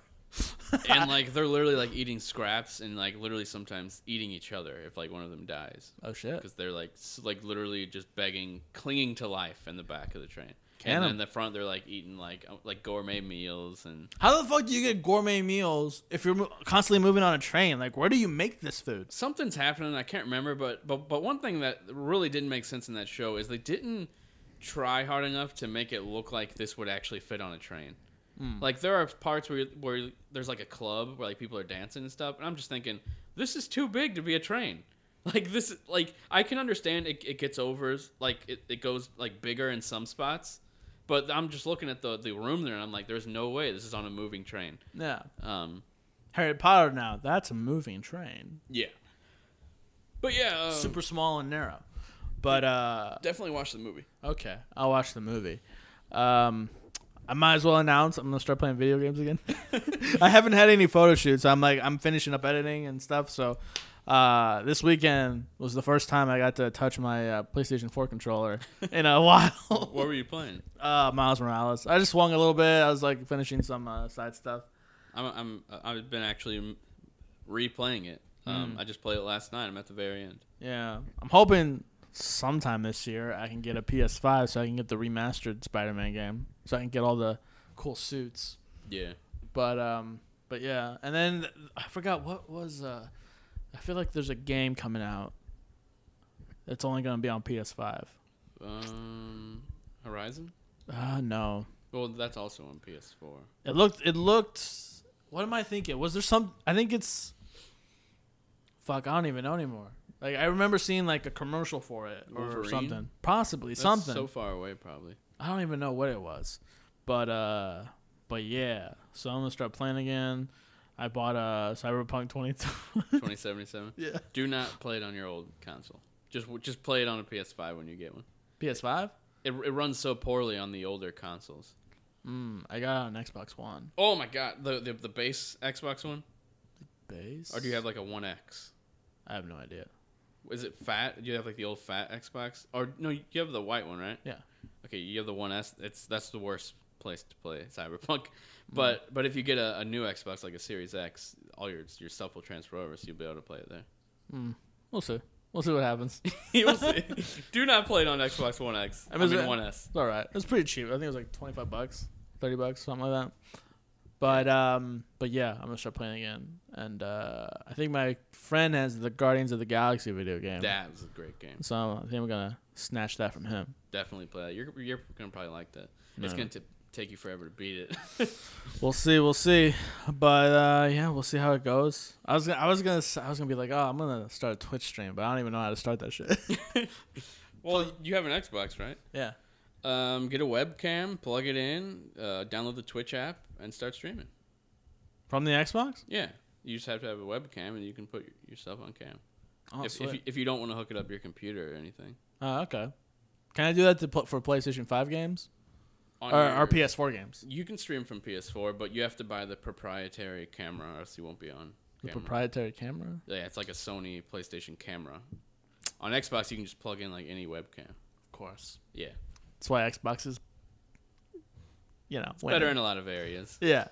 and like they're literally like eating scraps and like literally sometimes eating each other if like one of them dies Oh shit. because they're like s- like literally just begging clinging to life in the back of the train Can 'em. and then in the front they're like eating like uh, like gourmet meals and How the fuck do you get gourmet meals if you're mo- constantly moving on a train? Like, where do you make this food? something's happening i can't remember but but but one thing that really didn't make sense in that show is they didn't try hard enough to make it look like this would actually fit on a train like there are parts where where there's like a club where like people are dancing and stuff and i'm just thinking this is too big to be a train like this like i can understand it, it gets over like it, it goes like bigger in some spots but i'm just looking at the the room there and i'm like there's no way this is on a moving train Yeah, um Harry Potter. Now that's a moving train, yeah but yeah uh, super small and narrow. But uh, definitely watch the movie okay, I'll watch the movie. Um, I might as well announce I'm gonna start playing video games again. I haven't had any photo shoots. I'm like I'm finishing up editing and stuff. So uh, this weekend was the first time I got to touch my uh, PlayStation 4 controller in a while. What were you playing? uh, Miles Morales. I just swung a little bit. I was like finishing some uh, side stuff. I'm, I'm uh, I've been actually replaying it. Um, I just played it last night. I'm at the very end. Yeah, I'm hoping sometime this year I can get a PS5 so I can get the remastered Spider-Man game so I can get all the cool suits. Yeah. But um, but yeah, and then I forgot what was. Uh, I feel like there's a game coming out that's only gonna be on PS5. Um, Horizon. Ah, no, Well, that's also on PS4. it looked. It looked. What am I thinking? Was there some? I think it's. Fuck, I don't even know anymore. Like I remember seeing like a commercial for it or Wolverine? something, possibly That's something. so far away, probably. I don't even know what it was, but uh, but yeah. So I'm gonna start playing again. I bought a Cyberpunk 20. 2077. Yeah. Do not play it on your old console. Just just play it on a PS5 when you get one. PS5. It, it runs so poorly on the older consoles. Mm, I got it on Xbox One. Oh my god, the the, the base Xbox one, Base. or do you have like a One X? I have no idea. Is it fat? Do you have like the old fat Xbox? Or no, you have the white one, right? Yeah. Okay, you have the One S. It's that's the worst place to play Cyberpunk. But but if you get a, a new Xbox like a Series X, all your your stuff will transfer over, so you'll be able to play it there. We'll see. We'll see what happens. it's You'll see. Do not play it on Xbox One X. I I mean, mean it- One S. all right. It was pretty cheap. I think it was like 25 bucks, 30 bucks, something like that. But um, but yeah, I'm gonna start playing again. And uh, I think my friend has the Guardians of the Galaxy video game. That was a great game. So I think I'm gonna snatch that from him. Definitely play that. You're you're gonna probably like that. No. It's gonna t- take you forever to beat it. We'll see, we'll see, but uh, yeah, we'll see how it goes. I was gonna, I was gonna, s- I was gonna be like, oh, I'm gonna start a Twitch stream, but I don't even know how to start that shit. well, you have an Xbox, right? yeah, Um, get a webcam, plug it in, uh, download the Twitch app, and start streaming. from the Xbox. Yeah, you just have to have a webcam, and you can put your- yourself on cam. Oh, if, if, you, if you don't want to hook it up to your computer or anything, oh okay. Can I do that to pl- for PlayStation Five games on or, your- or PS4 games? you can stream from PS4, but you have to buy the proprietary camera, or else you won't be on. The camera. proprietary camera. yeah, it's like a Sony PlayStation camera. On Xbox, you can just plug in like any webcam. Of course. Yeah, That's why Xbox is, you know, winning. better in a lot of areas. yeah,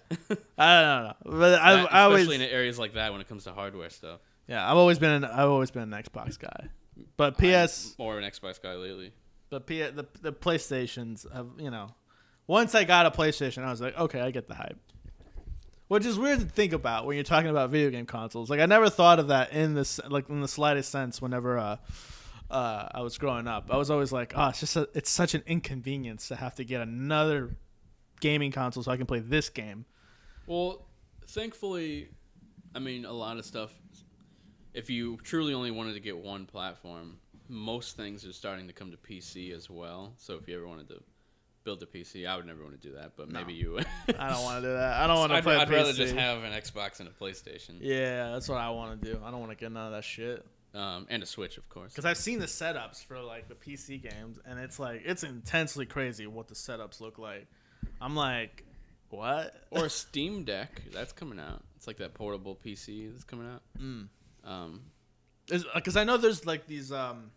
I don't know, but I, That- I always, especially in areas like that when it comes to hardware stuff. yeah, I've always been, an, I've always been an Xbox guy, but PS. I'm more of an Xbox guy lately. the P- the the PlayStations have you know. Once I got a PlayStation, I was like, okay, I get the hype. Which is weird to think about when you're talking about video game consoles. Like I never thought of that in this like in the slightest sense. Whenever uh, uh, I was growing up, I was always like, oh, it's just a, it's such an inconvenience to have to get another gaming console so I can play this game. Well, thankfully, I mean, a lot of stuff. If you truly only wanted to get one platform, most things are starting to come to PC as well. So if you ever wanted to build a PC, I would never want to do that, but maybe you would. I don't want to do that. I don't want to I'd, play. I'd PC. rather just have an Xbox and a PlayStation, Yeah, that's what I want to do. I don't want to get none of that shit. um, and a Switch, of course. Because I've seen the setups for like the PC games, and it's like it's intensely crazy what the setups look like. I'm like, what? or a Steam Deck that's coming out. It's like that portable PC that's coming out. Mm. Um, Because uh, I know there's like these um,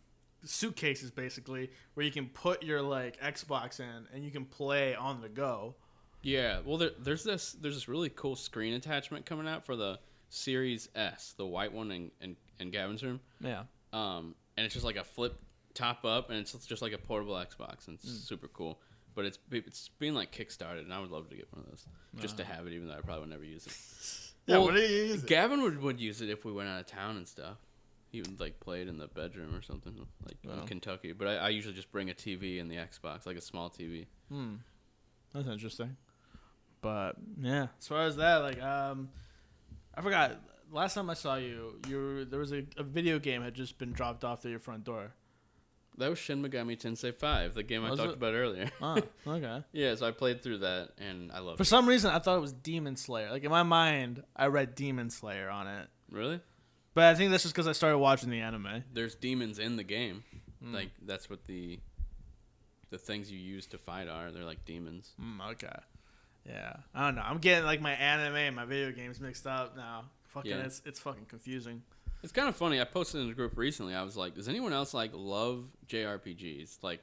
suitcases basically where you can put your like Xbox in, and you can play on the go. Yeah, well, there, there's this there's this really cool screen attachment coming out for the Series S, the white one in, in, in Gavin's room, Yeah. um, and it's just like a flip top up, and it's just like a portable Xbox, and it's Hmm. super cool. But it's it's being like kickstarted, and I would love to get one of those just Ah. to have it, even though I probably would never use it. Yeah. Well, what do you use? it? Gavin would, would use it if we went out of town and stuff. He would like play it in the bedroom or something, like in Kentucky. But I, I usually just bring a TV and the Xbox, like a small TV. That's interesting. But yeah, as far as that, like, um, I forgot. Last time I saw you, you were- there was a, a video game had just been dropped off at your front door. That was Shin Megami Tensei 5, the game I Was talked it? about earlier. Oh, okay. Yeah, so I played through that and I loved For it. some reason, I thought it was Demon Slayer. Like in my mind, I read Demon Slayer on it, Really? but I think that's just because I started watching the anime. There's demons in the game. Hmm. Like that's what the the things you use to fight are. They're like demons. Mm, okay, yeah. I don't know. I'm getting like my anime and my video games mixed up now. Fucking, Yeah. it's it's fucking confusing. It's kind of funny. I posted in the group recently. I was like, "Does anyone else like love JRPGs, like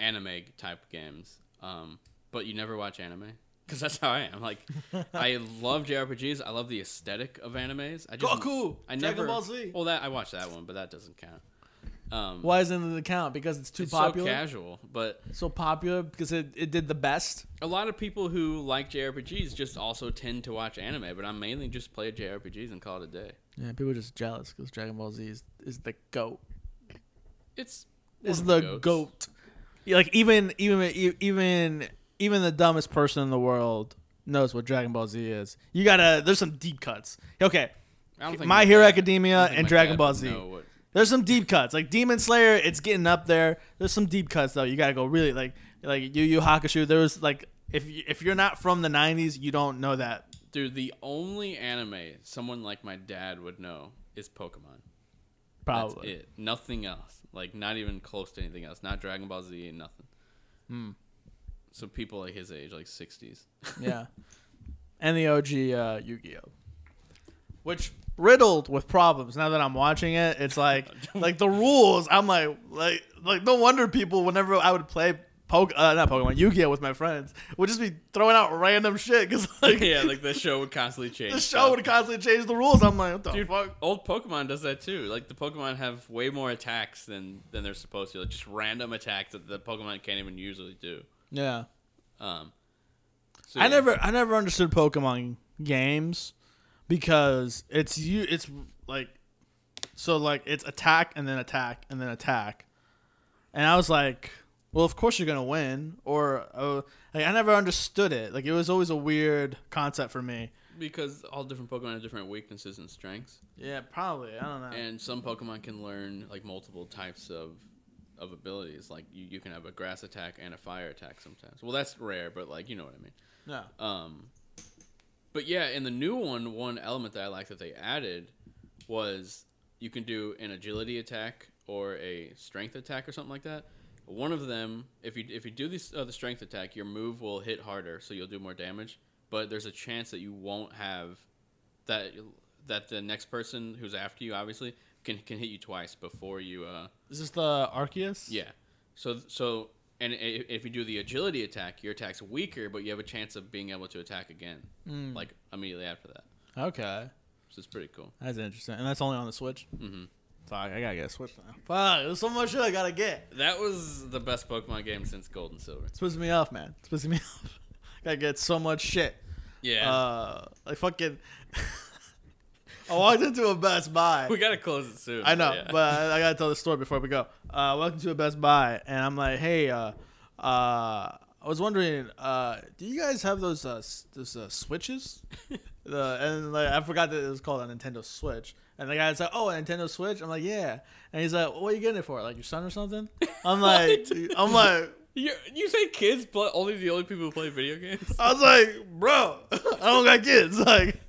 anime type games?" Um, but you never watch anime because that's how I am. Like, I love JRPGs. I love the aesthetic of animes. I just, Goku, I never. Dragon Ball Z. Well, that I watched that one, but that doesn't count. Um, Why isn't it count? Because it's too it's so popular. casual, but So, popular because it, it did the best. a lot of people who like JRPGs just also tend to watch anime, but I mainly just play JRPGs and call it a day. Yeah, people are just jealous because Dragon Ball Z is, is the goat. It's one Is of the goat. goats. Yeah, Like even even e, even even the dumbest person in the world knows what Dragon Ball Z is. You gotta. There's some deep cuts. Okay, I don't think My my Hero dad- I Academia don't think and my Dragon dad Ball would Z. know what- There's some deep cuts. Like Demon Slayer, it's getting up there. There's some deep cuts though. You gotta go really like like Yu Yu Hakusho. There was like if you, if you're not from the '90s, you don't know that Dude, the only anime someone like my dad would know is Pokemon. That's Probably. it. Nothing else. Like not even close to anything else. Not Dragon Ball Z. Nothing. Hmm. So people like his age, like sixties. Yeah. And the OG uh, Yu Gi Oh! Which riddled with problems. Now that I'm watching it, it's like like the rules. I'm like like like no wonder people whenever I would play Poke uh, not Pokemon Yu Gi Oh with my friends would just be throwing out random shit because like yeah, like the show would constantly change. the stuff. show would constantly change the rules. I'm like what the Dude, fuck. old Pokemon does that too. Like the Pokemon have way more attacks than than they're supposed to. Like just random attacks that the Pokemon can't even usually do. Yeah. Um, so, I yeah. never I never understood Pokemon games because it's you it's like so like it's attack and then attack and then attack. And I was like, well, of course you're going to win or uh, like I never understood it. Like it was always a weird concept for me. because all different Pokemon have different weaknesses and strengths, Yeah, probably. I don't know. and some Pokemon can learn like multiple types of of abilities. Like you, you can have a grass attack and a fire attack sometimes. Well, that's rare, but like you know what I mean. no. Um, but yeah, in the new one, one element that I like that they added was you can do an agility attack or a strength attack or something like that. One of them, if you if you do this uh, the strength attack, your move will hit harder, so you'll do more damage. But there's a chance that you won't have that that the next person who's after you obviously can can hit you twice before you uh Is this the Arceus? yeah. So so and i- if you do the agility attack, your attack's weaker, but you have a chance of being able to attack again, Hmm. like immediately after that. Okay. So it's pretty cool. That's interesting. And that's only on the Switch. Mhm. Fuck, I gotta get a Switch now. Fuck, there's so much shit I gotta get. That was the best Pokemon game since Gold and Silver. It's pissing me off, man. It's pissing me off. Gotta get so much shit. Yeah, Uh, like fucking. I walked into a Best Buy. we gotta close it soon. I know, yeah. but I, I gotta tell the story before we go. Uh, welcome to a Best Buy, and I'm like, hey, uh, uh, I was wondering, uh, do you guys have those uh, s- those uh, switches? the and like I forgot that it was called a Nintendo Switch. And the guy's like, "Oh, a Nintendo Switch." I'm like, "Yeah." And he's like, "What are you getting it for? Like your son or something?" I'm like, "I'm like, you you say kids, but only the only people who play video games. I was like, bro, I don't got kids. Like,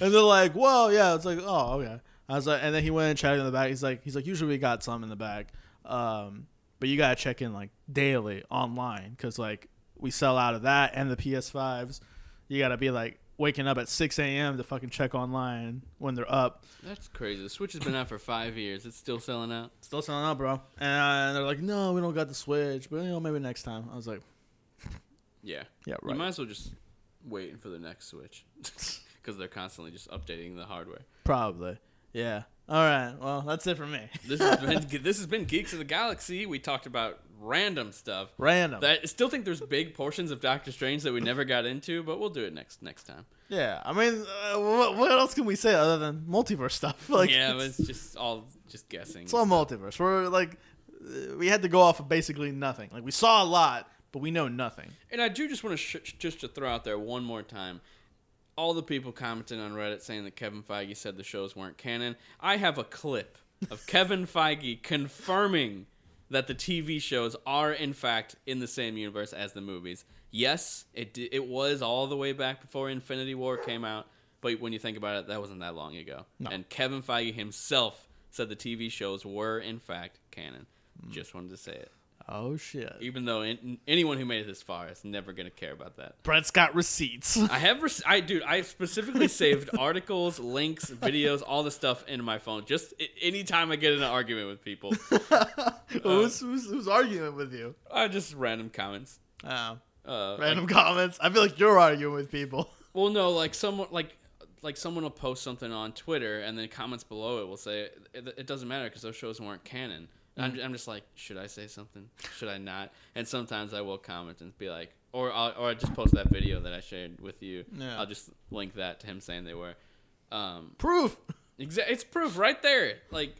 and they're like, well, yeah. It's like, oh, okay. I was like, and then he went and checked in the back. He's like, he's like, usually we got some in the back, um, but you gotta check in like daily online because like we sell out of that and the PS5s. You gotta be like waking up at 6 a.m. to fucking check online when they're up. That's crazy. The Switch has been out for five years. It's still selling out. Still selling out, bro. And they're like, no, we don't got the Switch, but you know, maybe next time. I was like, Yeah, yeah, you might right, as well just waiting for the next Switch because they're constantly just updating the hardware. probably, yeah. All right, well, that's it for me. This has been this has been Geeks of the Galaxy. We talked about random stuff. Random. That I still think there's big portions of Doctor Strange that we never got into, but we'll do it next next time. Yeah, I mean, uh, what, what else can we say other than multiverse stuff? Like, yeah, but it's, it's just all just guessing. it's all multiverse. We're like, uh, we had to go off of basically nothing. Like, we saw a lot, but we know nothing. And I do just want to sh- just to throw out there one more time. All the people commenting on Reddit saying that Kevin Feige said the shows weren't canon. I have a clip of Kevin Feige confirming that the TV shows are in fact in the same universe as the movies. Yes, it di- it was all the way back before Infinity War came out, but when you think about it, that wasn't that long ago. And Kevin Feige himself said the TV shows were in fact canon. Just wanted to say it Oh shit! even though in, anyone who made it this far is never going to care about that. Brett's got receipts. I have, rec- I dude, I specifically saved articles, links, videos, all the stuff in my phone. Just I- anytime I get in an argument with people, Uh, who's, who's who's arguing with you? I just random comments. Oh, Uh, like- random comments. I feel like you're arguing with people. well, no, like someone, like like someone will post something on Twitter, and then comments below it will say it, it doesn't matter because those shows weren't canon. And I'm, I'm just like, should I say something? Should I not? And sometimes I will comment and be like, or I'll, or I just post that video that I shared with you. Yeah. I'll just link that to him saying they were. Um, Proof. Exa- it's proof right there. Like,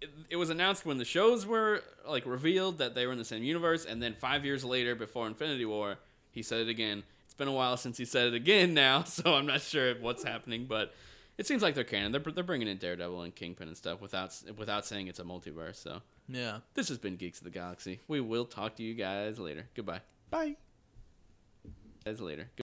it, it was announced when the shows were like revealed that they were in the same universe, and then five years later, before Infinity War, he said it again. It's been a while since he said it again now, so I'm not sure what's happening, but it seems like they're canon. They're they're bringing in Daredevil and Kingpin and stuff without s- without saying it's a multiverse. So Yeah. this has been Geeks of the Galaxy. We will talk to you guys later. Goodbye. Bye. Guys later.